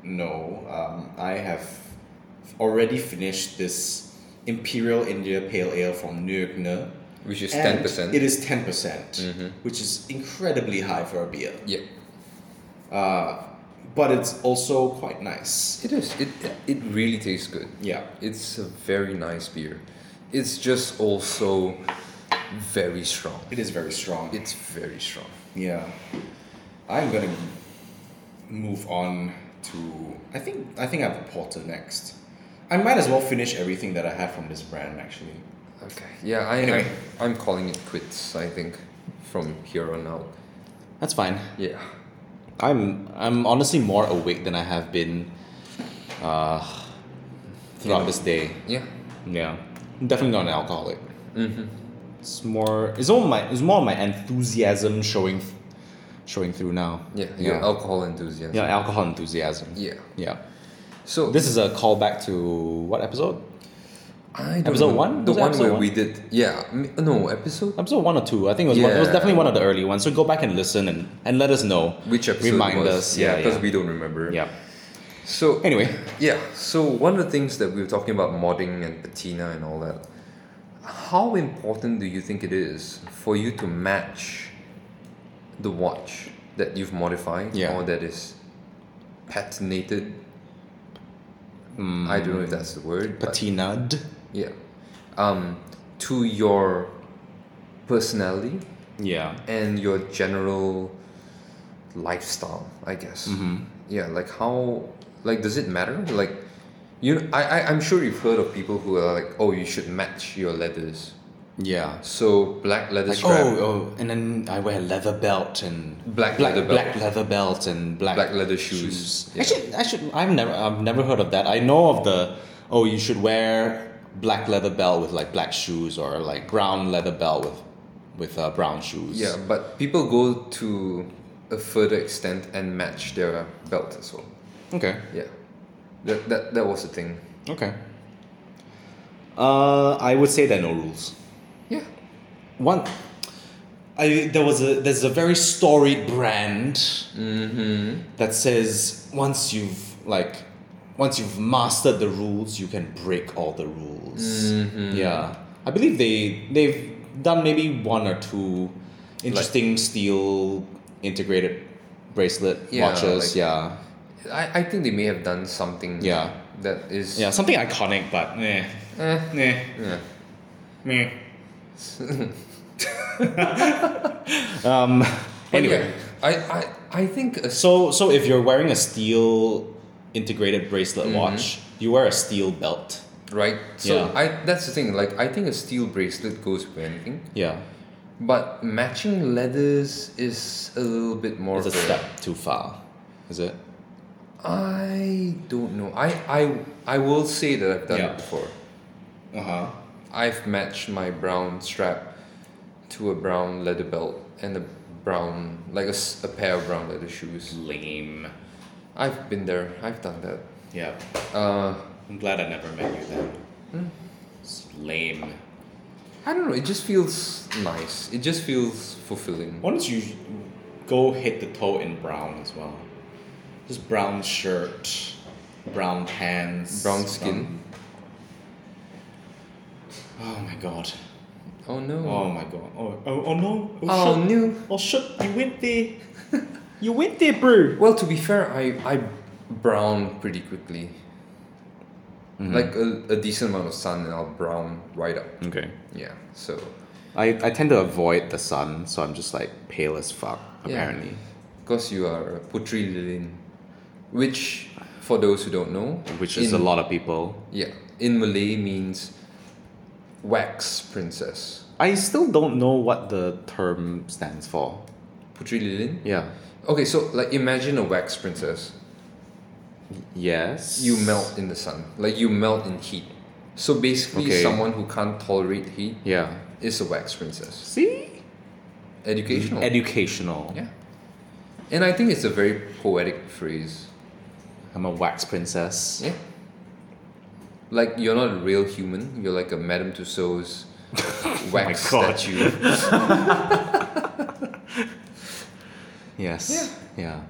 Speaker 2: know, um, I have already finished this Imperial India Pale Ale from Nürgne.
Speaker 1: Which is
Speaker 2: and
Speaker 1: ten percent. Mm-hmm.
Speaker 2: It is ten percent, which is incredibly high for a beer.
Speaker 1: Yeah,
Speaker 2: Uh, but it's also quite nice.
Speaker 1: it is. It it really tastes good.
Speaker 2: Yeah.
Speaker 1: It's a very nice beer. It's just also very strong.
Speaker 2: It is very strong.
Speaker 1: It's very strong.
Speaker 2: Yeah. I'm gonna move on to I think I think I have a porter next. I might as well finish everything that I have from this brand actually.
Speaker 1: Okay. Yeah, I,
Speaker 2: Anyway.
Speaker 1: I I'm calling it quits. I think from here on out.
Speaker 3: That's fine.
Speaker 1: Yeah.
Speaker 3: I'm I'm honestly more awake than I have been uh, throughout this day.
Speaker 1: Yeah.
Speaker 3: Yeah, I'm definitely not an alcoholic. Mm-hmm. It's more it's all my it's more my enthusiasm showing showing through now.
Speaker 1: Yeah. Your
Speaker 3: yeah,
Speaker 1: alcohol enthusiasm.
Speaker 3: yeah alcohol enthusiasm.
Speaker 1: Yeah.
Speaker 3: yeah.
Speaker 1: So
Speaker 3: This is a callback to what episode?
Speaker 1: I don't
Speaker 3: episode
Speaker 1: know,
Speaker 3: one?
Speaker 1: the
Speaker 3: Was it
Speaker 1: one
Speaker 3: episode
Speaker 1: where
Speaker 3: one?
Speaker 1: we did. Yeah. m- No episode.
Speaker 3: Episode one or two. I think it was one, it was
Speaker 1: Yeah.
Speaker 3: definitely one of the early ones. So go back and listen and, and let us know.
Speaker 1: Which episode
Speaker 3: Remind
Speaker 1: it was.
Speaker 3: us. Yeah,
Speaker 1: because
Speaker 3: yeah.
Speaker 1: we don't remember.
Speaker 3: Yeah.
Speaker 1: So
Speaker 3: Anyway,
Speaker 1: Yeah, so one of the things that we were talking about modding and patina and all that, how important do you think it is for you to match the watch that you've modified
Speaker 3: Yeah.
Speaker 1: or that is patinated? I don't know if that's the word. but-
Speaker 3: patinaed.
Speaker 1: yeah. Um, to your personality
Speaker 3: Yeah.
Speaker 1: and your general lifestyle, I guess.
Speaker 3: Mm-hmm.
Speaker 1: Yeah, like how, like, does it matter? Like, you, know, I, I, I'm sure you've heard of people who are like, oh, you should match your leathers.
Speaker 3: Yeah.
Speaker 1: So black leather
Speaker 3: Like,
Speaker 1: strap,
Speaker 3: oh, oh, and then I wear leather belt and
Speaker 1: Black
Speaker 3: black,
Speaker 1: leather
Speaker 3: black
Speaker 1: belt.
Speaker 3: leather belt and black,
Speaker 1: black leather shoes. Yeah.
Speaker 3: Actually, actually, I've never, I've never heard of that. I know of the, oh, you should wear black leather belt with like black shoes or like brown leather belt with, with uh, brown shoes.
Speaker 1: yeah, but people go to a further extent and match their belt as well.
Speaker 3: Okay.
Speaker 1: Yeah, that that, that was the thing.
Speaker 3: Okay. Uh, I would say there are no rules.
Speaker 1: Yeah,
Speaker 3: One, I there was a there's a very storied brand
Speaker 1: Mm-hmm.
Speaker 3: that says once you've like once you've mastered the rules, you can break all the rules.
Speaker 1: Mm-hmm.
Speaker 3: Yeah, I believe they they've done maybe one or two interesting steel integrated bracelet
Speaker 1: Yeah,
Speaker 3: watches.
Speaker 1: like-
Speaker 3: yeah,
Speaker 1: I, I think they may have done something.
Speaker 3: Yeah.
Speaker 1: that is
Speaker 3: yeah, something iconic, but eh,
Speaker 1: Eh.
Speaker 3: eh,
Speaker 1: yeah.
Speaker 3: meh. um.
Speaker 1: But
Speaker 3: Anyway.
Speaker 1: yeah, I, I I think a
Speaker 3: So so if you're wearing a steel integrated bracelet
Speaker 1: Mm-hmm.
Speaker 3: watch, you wear a steel belt.
Speaker 1: right? So
Speaker 3: Yeah.
Speaker 1: I that's the thing. Like I think a steel bracelet goes with anything,
Speaker 3: Yeah.
Speaker 1: but matching leathers is a little bit more.
Speaker 3: It's a
Speaker 1: of a-
Speaker 3: step too far. Is it?
Speaker 1: I don't know. I I I will say that I've done
Speaker 2: Yeah.
Speaker 1: it before.
Speaker 2: Uh-huh.
Speaker 1: I've matched my brown strap to a brown leather belt and a brown like a, s- a pair of brown leather shoes.
Speaker 2: Lame.
Speaker 1: I've been there. I've done that.
Speaker 2: Yeah.
Speaker 1: Uh, Hmm.
Speaker 2: I'm glad I never met you then. It's lame.
Speaker 1: I don't know. It just feels nice. It just feels fulfilling.
Speaker 2: Why don't you go hit the toe in brown as well? Just brown shirt, brown pants,
Speaker 1: Brown skin.
Speaker 2: Oh my god.
Speaker 1: Oh no.
Speaker 2: Oh my god. Oh, oh, oh no.
Speaker 1: Oh,
Speaker 2: shit.
Speaker 1: no.
Speaker 2: Oh shit, you went there. you went there, bro.
Speaker 1: Well, to be fair, I I brown pretty quickly.
Speaker 2: Mm-hmm.
Speaker 1: like a, a decent amount of sun, and I'll brown right up.
Speaker 2: Okay.
Speaker 1: Yeah, so
Speaker 2: I, I tend to avoid the sun, so I'm just like pale as fuck,
Speaker 1: Yeah.
Speaker 2: apparently.
Speaker 1: because you are a Putri Lilin, which, for those who don't know,
Speaker 2: Which is
Speaker 1: in-
Speaker 2: a lot of people.
Speaker 1: Yeah, in Malay means wax princess.
Speaker 2: I still don't know what the term stands for.
Speaker 1: Putri Lilin.
Speaker 2: Yeah.
Speaker 1: Okay, so like imagine a wax princess.
Speaker 2: Yes.
Speaker 1: You melt in the sun, like you melt in heat. So basically,
Speaker 2: Okay.
Speaker 1: someone who can't tolerate heat
Speaker 2: Yeah.
Speaker 1: is a wax princess.
Speaker 2: See?
Speaker 1: Educational.
Speaker 2: Educational.
Speaker 1: yeah. And I think it's a very poetic phrase.
Speaker 2: I'm a wax princess.
Speaker 1: Yeah. Like you're not a real human. You're like a Madame Tussauds wax
Speaker 2: Oh God.
Speaker 1: statue.
Speaker 2: Yes. Yeah.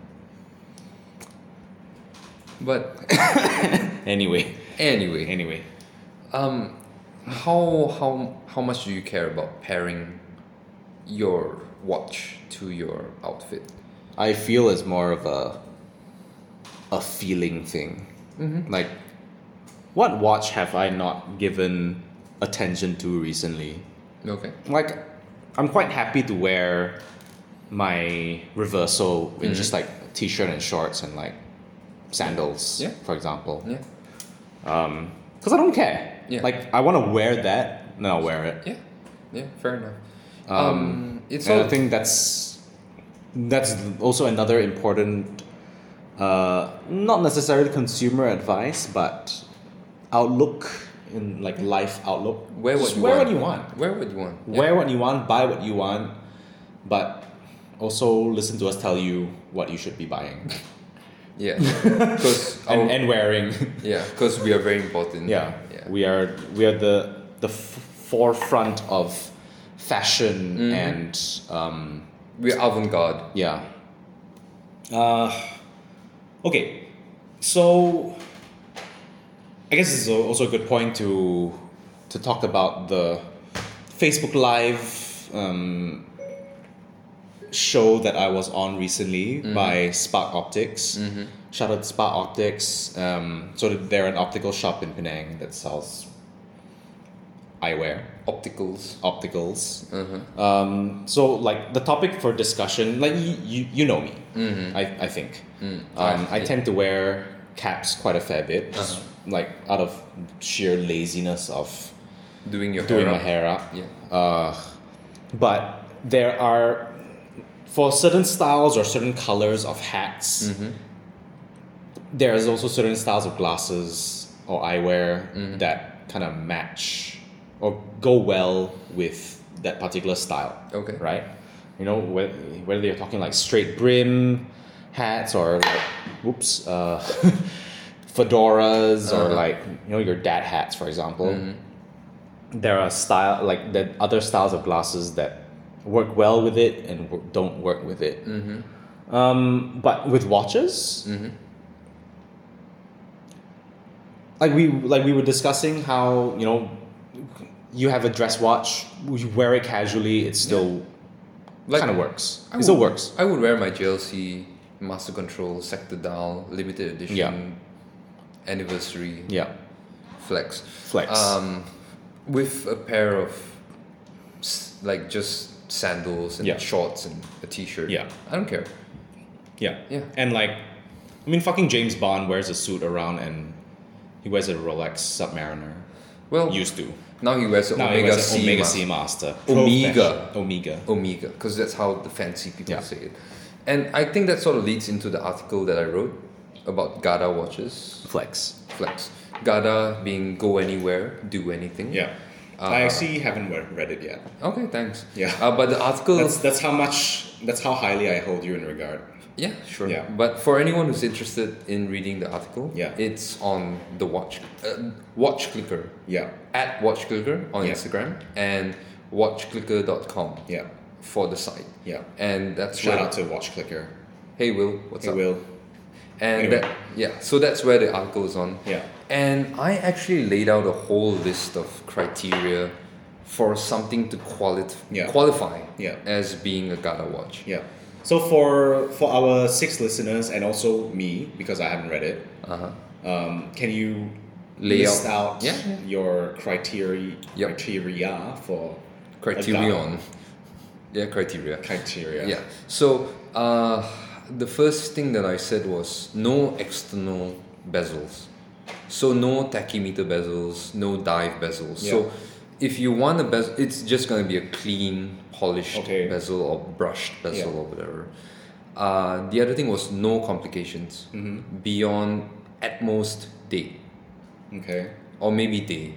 Speaker 1: But
Speaker 2: Anyway.
Speaker 1: anyway,
Speaker 2: Anyway.
Speaker 1: Um, how how how much do you care about pairing your watch to your outfit?
Speaker 2: I feel it's more of a a feeling thing.
Speaker 1: Mm-hmm.
Speaker 2: Like, what watch have I not given attention to recently?
Speaker 1: Okay.
Speaker 2: Like, I'm quite happy to wear my reversal
Speaker 1: Mm-hmm.
Speaker 2: in just like t-shirt and shorts and like sandals,
Speaker 1: Yeah.
Speaker 2: for example,
Speaker 1: Yeah.
Speaker 2: because I don't care.
Speaker 1: Yeah.
Speaker 2: Like, I want to wear that, then I'll wear it.
Speaker 1: Yeah. Yeah. Fair enough. Um, it's
Speaker 2: and
Speaker 1: all
Speaker 2: I think that's that's also another important, uh, not necessarily consumer advice, but outlook in like life outlook.
Speaker 1: wear what
Speaker 2: Just
Speaker 1: you
Speaker 2: wear
Speaker 1: want.
Speaker 2: what you want.
Speaker 1: Wear what you want. Yeah.
Speaker 2: Wear what you want. Buy what you want, but also listen to us tell you what you should be buying
Speaker 1: Yeah. Because
Speaker 2: and, and wearing.
Speaker 1: yeah, 'cause we are very important.
Speaker 2: yeah.
Speaker 1: Oh. Yeah.
Speaker 2: we are we are the the f- forefront of fashion
Speaker 1: Mm-hmm.
Speaker 2: and. Um,
Speaker 1: We are avant-garde.
Speaker 2: Yeah. Uh, okay, so I guess it's al- also a good point to to talk about the Facebook Live um, show that I was on recently by Spark Optics. Shout out to Spark Optics. Um, so they're an optical shop in Penang that sells eyewear
Speaker 1: Opticals.
Speaker 2: opticals.
Speaker 1: Mm-hmm.
Speaker 2: Um, so like the topic for discussion, like you you, you know me,
Speaker 1: Mm-hmm.
Speaker 2: I, I think. Um, I tend to wear caps quite a fair
Speaker 1: Uh-huh.
Speaker 2: bit, just like out of sheer laziness of
Speaker 1: Doing your
Speaker 2: doing
Speaker 1: hair.
Speaker 2: my
Speaker 1: up.
Speaker 2: hair up.
Speaker 1: Yeah.
Speaker 2: Uh, but there are for certain styles or certain colors of hats.
Speaker 1: Mm-hmm.
Speaker 2: there is also certain styles of glasses or eyewear
Speaker 1: Mm-hmm.
Speaker 2: that kind of match or go well with that particular style.
Speaker 1: Okay.
Speaker 2: Right. You know whether, whether you're talking like straight brim hats or like whoops uh, fedoras or
Speaker 1: Uh-huh.
Speaker 2: like you know your dad hats for example there are style like the other styles of glasses that work well with it and w- don't work with it. Um, but with watches, like we like we were discussing how you know you have a dress watch, you wear it casually, it still
Speaker 1: Like,
Speaker 2: kind of works.
Speaker 1: I
Speaker 2: it still
Speaker 1: would-
Speaker 2: works.
Speaker 1: I would wear my JLC Master Control Sector Dial Limited Edition
Speaker 2: Yeah.
Speaker 1: Anniversary
Speaker 2: Yeah,
Speaker 1: Flex.
Speaker 2: flex.
Speaker 1: um, with a pair of s- like just sandals and
Speaker 2: Yeah.
Speaker 1: shorts and a t-shirt.
Speaker 2: Yeah.
Speaker 1: I don't care.
Speaker 2: yeah,
Speaker 1: yeah.
Speaker 2: and like, I mean, fucking James Bond wears a suit around and he wears a Rolex Submariner.
Speaker 1: Well,
Speaker 2: Used to.
Speaker 1: now he wears an
Speaker 2: Now he
Speaker 1: Omega
Speaker 2: wears an
Speaker 1: C.
Speaker 2: Omega
Speaker 1: mask.
Speaker 2: C Master.
Speaker 1: Omega.
Speaker 2: Omega.
Speaker 1: Omega, because that's how the fancy people
Speaker 2: Yeah.
Speaker 1: say it. And I think that sort of leads into the article that I wrote about Gada watches,
Speaker 2: Flex.
Speaker 1: flex. Gada being go anywhere, do anything.
Speaker 4: Yeah.
Speaker 1: Uh,
Speaker 4: I actually haven't re- read it yet.
Speaker 1: Okay, thanks.
Speaker 4: Yeah.
Speaker 1: Uh, but the article
Speaker 4: That's that's how much that's how highly I hold you in regard.
Speaker 1: Yeah, sure.
Speaker 4: Yeah.
Speaker 1: But for anyone who's interested in reading the article,
Speaker 4: Yeah.
Speaker 1: it's on the watch uh, watch clicker
Speaker 4: Yeah.
Speaker 1: at watch clicker on
Speaker 4: Yeah.
Speaker 1: Instagram and watchclicker.com
Speaker 4: Yeah.
Speaker 1: for the site.
Speaker 4: Yeah.
Speaker 1: And that's
Speaker 4: Shout
Speaker 1: where,
Speaker 4: out to Watch Clicker.
Speaker 1: Hey Will, what's
Speaker 4: Hey
Speaker 1: up?
Speaker 4: Will.
Speaker 1: And
Speaker 4: Anyway.
Speaker 1: that, yeah, so that's where the article is on.
Speaker 4: Yeah.
Speaker 1: And I actually laid out a whole list of criteria for something to quali-
Speaker 4: Yeah.
Speaker 1: qualify
Speaker 4: Yeah.
Speaker 1: as being a Gada watch.
Speaker 4: Yeah. So for for our six listeners and also me because I haven't read it,
Speaker 1: Uh-huh.
Speaker 4: um, can you
Speaker 1: Layout.
Speaker 2: list out
Speaker 1: Yeah, yeah.
Speaker 2: your criteria
Speaker 1: Yep.
Speaker 2: criteria for a
Speaker 1: criterion.
Speaker 2: DAO.
Speaker 1: Yeah, criteria.
Speaker 2: criteria.
Speaker 1: Yeah. So uh, the first thing that I said was no external bezels. So no tachymeter bezels, no dive bezels.
Speaker 2: Yeah.
Speaker 1: So if you want a bezel, it's just going to be a clean, polished
Speaker 2: Okay.
Speaker 1: bezel or brushed bezel
Speaker 2: Yeah.
Speaker 1: or whatever. Uh, the other thing was no complications
Speaker 2: Mm-hmm.
Speaker 1: beyond at most day
Speaker 2: Okay.
Speaker 1: or maybe day,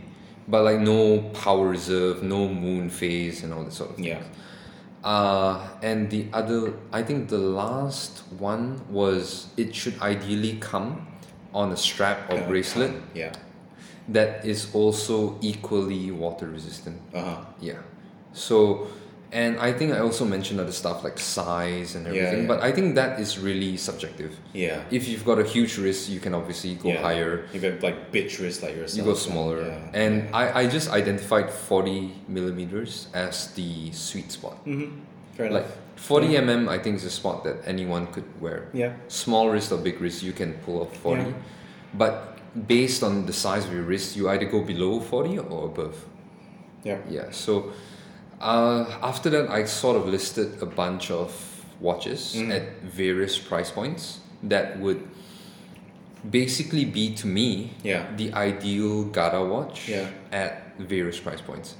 Speaker 1: but like no power reserve, no moon phase, and all that sort of thing.
Speaker 2: Yeah.
Speaker 1: Uh, and the other, I think the last one was it should ideally come on a strap or
Speaker 2: Uh,
Speaker 1: bracelet
Speaker 2: Yeah.
Speaker 1: that is also equally water resistant.
Speaker 2: Uh huh.
Speaker 1: Yeah. So, and I think I also mentioned other stuff like size and
Speaker 2: Yeah,
Speaker 1: everything,
Speaker 2: yeah.
Speaker 1: but I think that is really subjective.
Speaker 2: Yeah.
Speaker 1: If you've got a huge wrist, you can obviously go
Speaker 2: yeah.
Speaker 1: higher.
Speaker 2: You got like bitch wrist like yourself.
Speaker 1: You go smaller.
Speaker 2: Yeah.
Speaker 1: And I, I just identified 40 millimeters as the sweet spot.
Speaker 2: Mm-hmm. Fair enough.
Speaker 1: Like 40 mm, I think is a spot that anyone could wear.
Speaker 2: yeah.
Speaker 1: Small wrist or big wrist, you can pull off 40.
Speaker 2: Yeah.
Speaker 1: But based on the size of your wrist, you either go below 40 or above.
Speaker 2: Yeah.
Speaker 1: Yeah. So uh, after that, I sort of listed a bunch of watches
Speaker 2: Mm-hmm.
Speaker 1: at various price points that would basically be to me
Speaker 2: Yeah.
Speaker 1: the ideal Gara watch
Speaker 2: Yeah.
Speaker 1: at various price points.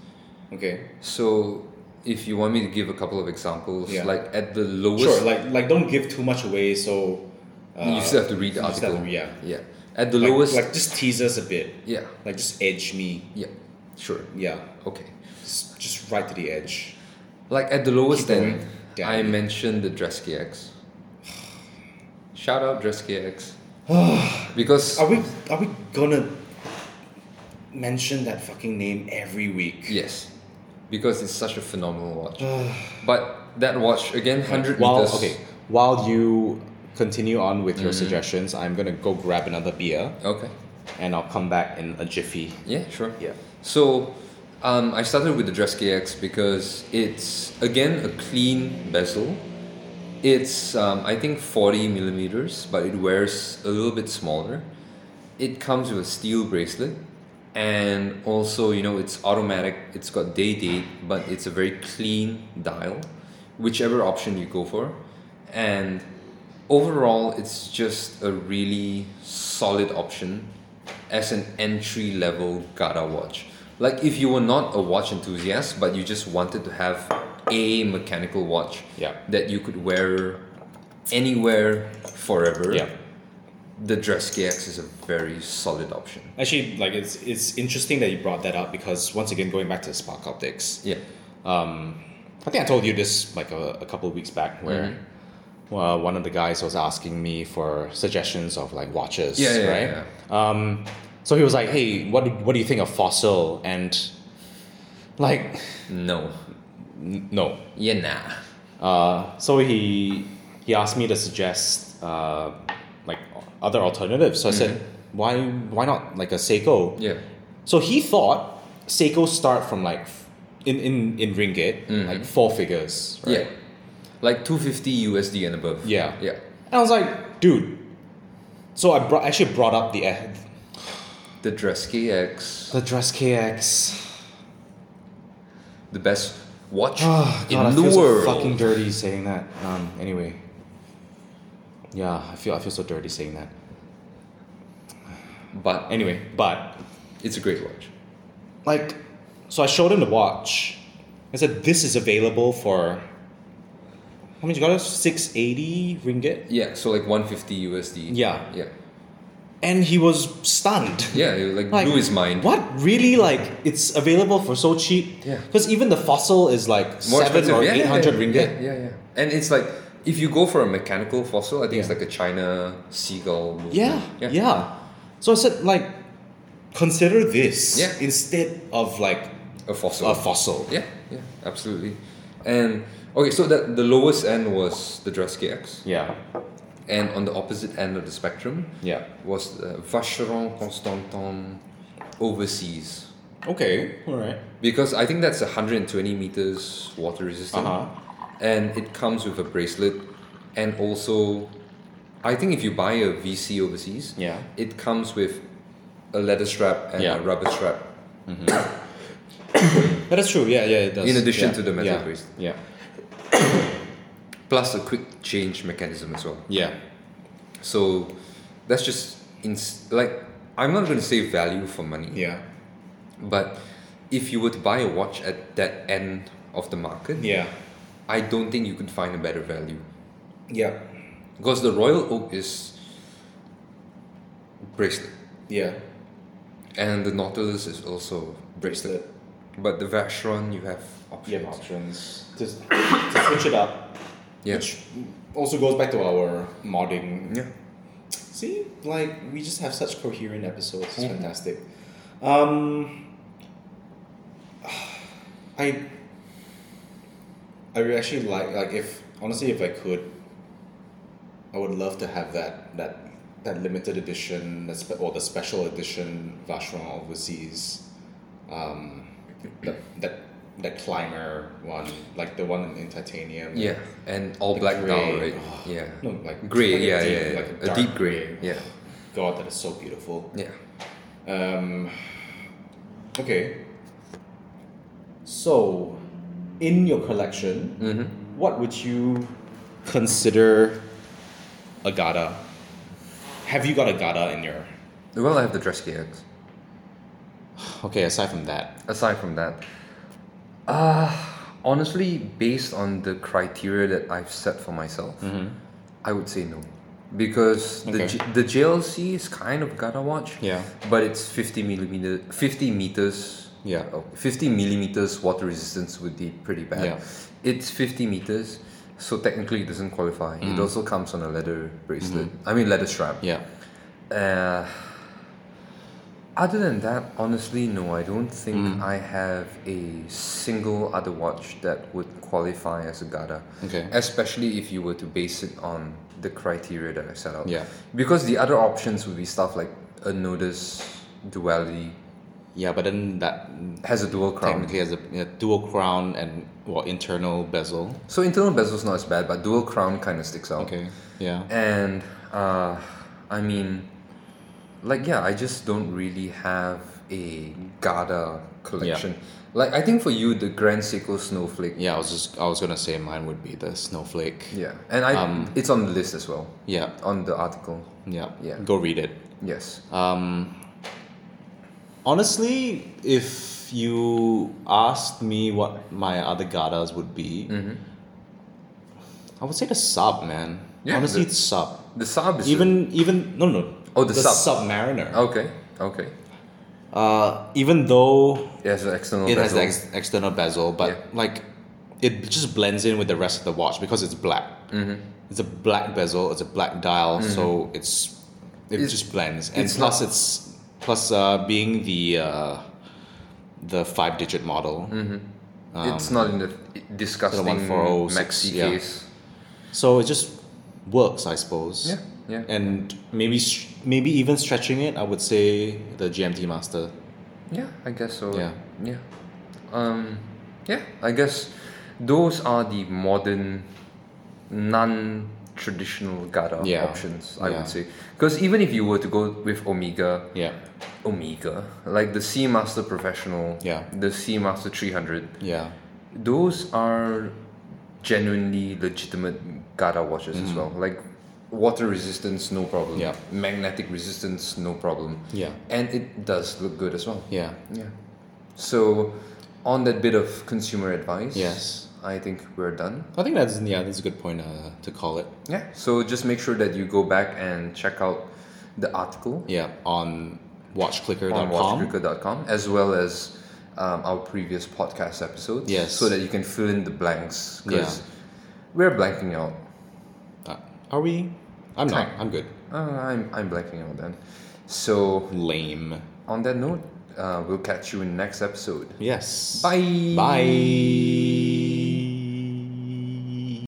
Speaker 2: Okay.
Speaker 1: So if you want me to give a couple of examples,
Speaker 2: Yeah.
Speaker 1: like at the lowest,
Speaker 2: Sure. Like like don't give too much away. So uh,
Speaker 1: you still have to read the
Speaker 2: you just
Speaker 1: article.
Speaker 2: have to- yeah.
Speaker 1: yeah. At the
Speaker 2: Like,
Speaker 1: lowest,
Speaker 2: like just tease us a bit.
Speaker 1: yeah,
Speaker 2: Like just edge me.
Speaker 1: yeah, sure,
Speaker 2: Yeah.
Speaker 1: okay.
Speaker 2: Just, just right to the edge.
Speaker 1: Like at the lowest
Speaker 2: Keep
Speaker 1: end,
Speaker 2: going. Damn.
Speaker 1: I mentioned the Dress KX. Shout out Dress KX.
Speaker 2: Oh.
Speaker 1: because
Speaker 2: Are we are we gonna mention that fucking name every week?
Speaker 1: yes, because it's such a phenomenal watch. but that watch again, hundred
Speaker 3: While
Speaker 1: meters. Mm.
Speaker 3: okay, while you continue on with your suggestions, I'm gonna go grab another beer
Speaker 1: Okay.
Speaker 3: and I'll come back in a jiffy.
Speaker 1: Yeah, sure.
Speaker 3: Yeah.
Speaker 1: So um, I started with the Dress KX because it's again a clean bezel. It's um, I think 40 millimeters, but it wears a little bit smaller. It comes with a steel bracelet, and also you know it's automatic. It's got day date, but it's a very clean dial, whichever option you go for, and overall it's just a really solid option as an entry level Gara watch. Like if you were not a watch enthusiast, but you just wanted to have a mechanical watch
Speaker 3: Yeah.
Speaker 1: that you could wear anywhere forever.
Speaker 3: Yeah.
Speaker 1: The Dress KX is a very solid option.
Speaker 2: Actually, like it's it's interesting that you brought that up because once again, going back to the spark optics,
Speaker 1: Yeah.
Speaker 2: I think I told you this like a, a couple of weeks back where
Speaker 1: Mm-hmm.
Speaker 2: uh, one of the guys was asking me for suggestions of like watches,
Speaker 1: Yeah, yeah,
Speaker 2: right?
Speaker 1: yeah.
Speaker 2: So he was like, "Hey, what do, what do you think of Fossil?" And like,
Speaker 1: No.
Speaker 2: n- no.
Speaker 1: Yeah, nah.
Speaker 2: Uh, so he he asked me to suggest uh, like other alternatives. So I said, "Why why not like a Seiko?"
Speaker 1: Yeah.
Speaker 2: So he thought Seiko start from like f- in in in ringgit like four figures. Right?
Speaker 1: Yeah. Like 250 USD and above.
Speaker 2: Yeah.
Speaker 1: Yeah.
Speaker 2: And I was like, dude. So I brought actually brought up the eh,
Speaker 1: The Dress KX,
Speaker 2: the dress KX.
Speaker 1: the best watch
Speaker 2: Ah,
Speaker 1: in
Speaker 2: God, I
Speaker 1: the
Speaker 2: feel
Speaker 1: world.
Speaker 2: so fucking dirty saying that. Um. Anyway. Yeah, I feel I feel so dirty saying that.
Speaker 1: but
Speaker 2: Anyway, but
Speaker 1: it's a great watch.
Speaker 2: like, so I showed him the watch. I said this is available for. How much you got? Six eighty ringgit.
Speaker 1: Yeah, so like 150 USD.
Speaker 2: Yeah.
Speaker 1: Yeah.
Speaker 2: and he was stunned.
Speaker 1: Yeah, it, like,
Speaker 2: Like,
Speaker 1: blew his mind.
Speaker 2: What really like it's available for so cheap?
Speaker 1: Yeah.
Speaker 2: Because even the fossil is like
Speaker 1: More
Speaker 2: seven
Speaker 1: expensive.
Speaker 2: or
Speaker 1: Yeah,
Speaker 2: eight hundred
Speaker 1: yeah,
Speaker 2: ringgit.
Speaker 1: Yeah, yeah, yeah. And it's like if you go for a mechanical fossil, I think it's
Speaker 2: Yeah.
Speaker 1: like a China seagull movement.
Speaker 2: Yeah. Yeah. So I said like consider this
Speaker 1: Yeah.
Speaker 2: instead of like
Speaker 1: A fossil.
Speaker 2: a fossil.
Speaker 1: yeah, yeah, absolutely. And okay, so that the lowest end was the Dress KX,
Speaker 2: Yeah.
Speaker 1: and on the opposite end of the spectrum
Speaker 2: Yeah.
Speaker 1: was the Vacheron Constantin Overseas.
Speaker 2: Okay. All right.
Speaker 1: Because I think that's 120 meters water resistant.
Speaker 2: Uh-huh.
Speaker 1: And it comes with a bracelet. And also, I think if you buy a VC overseas,
Speaker 2: Yeah.
Speaker 1: it comes with a leather strap and
Speaker 2: Yeah.
Speaker 1: a rubber strap
Speaker 2: But that's true. Yeah, yeah, it does.
Speaker 1: in addition
Speaker 2: Yeah,
Speaker 1: to the metal
Speaker 2: yeah,
Speaker 1: brace,
Speaker 2: Yeah,
Speaker 1: plus a quick change mechanism as well.
Speaker 2: yeah,
Speaker 1: So that's just ins- like I'm not going to say value for money,
Speaker 2: yeah,
Speaker 1: but if you were to buy a watch at that end of the market,
Speaker 2: yeah,
Speaker 1: I don't think you could find a better value
Speaker 2: yeah,
Speaker 1: because the Royal Oak is bracelet
Speaker 2: yeah.
Speaker 1: and the Nautilus is also bracelet,
Speaker 2: Bracelet.
Speaker 1: but the Vacheron you have options.
Speaker 2: You have options to, to switch it up,
Speaker 1: Yeah.
Speaker 2: which also goes back to our modding.
Speaker 1: yeah.
Speaker 2: See, like we just have such coherent episodes. It's
Speaker 1: Mm-hmm.
Speaker 2: fantastic. Um, I, I would actually like like if honestly if I could, I would love to have that that that limited edition that spe- or the special edition Vacheron overseas, um, that that that climber one like the one in titanium.
Speaker 1: Yeah, and all
Speaker 2: The
Speaker 1: black now,
Speaker 2: grey.
Speaker 1: right? Yeah.
Speaker 2: No, like
Speaker 1: Grey,
Speaker 2: like a
Speaker 1: yeah,
Speaker 2: deep-
Speaker 1: yeah, yeah.
Speaker 2: like
Speaker 1: a,
Speaker 2: dark
Speaker 1: deep grey.
Speaker 2: grey.
Speaker 1: Yeah,
Speaker 2: God, that is so beautiful.
Speaker 1: yeah.
Speaker 2: Um, okay. So, in your collection, what would you consider a gada? Have you got a gada in your?
Speaker 1: Well, I have the dress gears.
Speaker 2: Okay, aside from that,
Speaker 1: aside from that, uh, honestly, based on the criteria that I've set for myself, I would say no. Because the,
Speaker 2: Mm-hmm. Okay.
Speaker 1: J- the JLC is kind of Gata watch,
Speaker 2: Yeah.
Speaker 1: but it's 50 millimeter, 50 meters,
Speaker 2: Yeah.
Speaker 1: oh, 50 millimeters water resistance would be pretty bad.
Speaker 2: Yeah.
Speaker 1: It's 50 meters, so technically it doesn't qualify.
Speaker 2: Mm.
Speaker 1: It also comes on a leather bracelet,
Speaker 2: Mm-hmm.
Speaker 1: I mean, leather strap.
Speaker 2: yeah,
Speaker 1: Uh, other than that, honestly, no, I don't think
Speaker 2: Hmm.
Speaker 1: I have a single other watch that would qualify as a Gada.
Speaker 2: Okay.
Speaker 1: Especially if you were to base it on the criteria that I set out.
Speaker 2: Yeah.
Speaker 1: Because the other options would be stuff like a Nodus duality,
Speaker 2: yeah, but then that
Speaker 1: has a dual crown.
Speaker 2: technically has a you know, dual crown and well internal bezel.
Speaker 1: So internal bezel's not as bad, but dual crown kind of sticks out.
Speaker 2: Okay, yeah,
Speaker 1: And uh, I mean, like yeah, I just don't really have a Gada collection. Like I think for you, the Grand Seiko Snowflake.
Speaker 2: yeah. I was just I was gonna say mine would be the snowflake.
Speaker 1: Yeah, and I
Speaker 2: Um,
Speaker 1: it's on the list as well
Speaker 2: Yeah,
Speaker 1: on the article.
Speaker 2: yeah,
Speaker 1: Yeah.
Speaker 2: Go read it.
Speaker 1: Yes.
Speaker 2: Um, honestly, if you asked me what my other gadas would be,
Speaker 1: Mm-hmm.
Speaker 2: I would say the sub, man.
Speaker 1: Yeah,
Speaker 2: honestly,
Speaker 1: the-
Speaker 2: it's sub.
Speaker 1: The Saab is a-
Speaker 2: Even even no no.
Speaker 1: Oh, the sub. Oh.
Speaker 2: submariner.
Speaker 1: okay. Okay.
Speaker 2: Uh, even though
Speaker 1: It has an external.
Speaker 2: it has the
Speaker 1: bezel.
Speaker 2: ex- external bezel, but
Speaker 1: Yeah.
Speaker 2: like it just blends in with the rest of the watch because it's black. Mm-hmm. It's a black bezel. It's a black dial, so it's it
Speaker 1: Mm-hmm. It's-
Speaker 2: just blends. And
Speaker 1: it's
Speaker 2: plus, it's plus uh, being the uh, the five digit model.
Speaker 1: Mm-hmm. it's
Speaker 2: um,
Speaker 1: not in the disgusting
Speaker 2: 14006,
Speaker 1: maxi
Speaker 2: yeah.
Speaker 1: case.
Speaker 2: So it just works, I suppose.
Speaker 1: Yeah, yeah.
Speaker 2: And maybe s- maybe even stretching it, I would say the GMT Master.
Speaker 1: Yeah, I guess so.
Speaker 2: Yeah.
Speaker 1: Yeah. Um, yeah, I guess those are the modern, non traditional Gara
Speaker 2: Yeah.
Speaker 1: options, I
Speaker 2: Yeah.
Speaker 1: would say. Because even if you were to go with Omega,
Speaker 2: Yeah,
Speaker 1: Omega, like the Sea Master Professional,
Speaker 2: Yeah.
Speaker 1: the Sea Master 300,
Speaker 2: yeah,
Speaker 1: those are genuinely legitimate Gara watches as well. Like water resistance, no problem.
Speaker 2: Mm-hmm. Yeah.
Speaker 1: Magnetic resistance, no problem.
Speaker 2: yeah,
Speaker 1: And it does look good as well.
Speaker 2: yeah.
Speaker 1: Yeah. So, on that bit of consumer advice,
Speaker 2: Yes.
Speaker 1: I think we're done.
Speaker 2: I think that's yeah, that's a good point uh, to call it.
Speaker 1: Yeah. So just make sure that you go back and check out the article
Speaker 2: Yeah, on
Speaker 1: on
Speaker 2: watchclicker.com.
Speaker 1: watchclicker.com as well as um, our previous podcast episodes.
Speaker 2: Yes.
Speaker 1: So that you can fill in the blanks because
Speaker 2: Yeah.
Speaker 1: we're blanking out.
Speaker 2: Uh, are we? I'm not. I'm good.
Speaker 1: Uh, I'm I'm blanking out then. So
Speaker 2: Lame.
Speaker 1: on that note, uh, we'll catch you in next episode.
Speaker 2: Yes.
Speaker 1: Bye.
Speaker 2: Bye.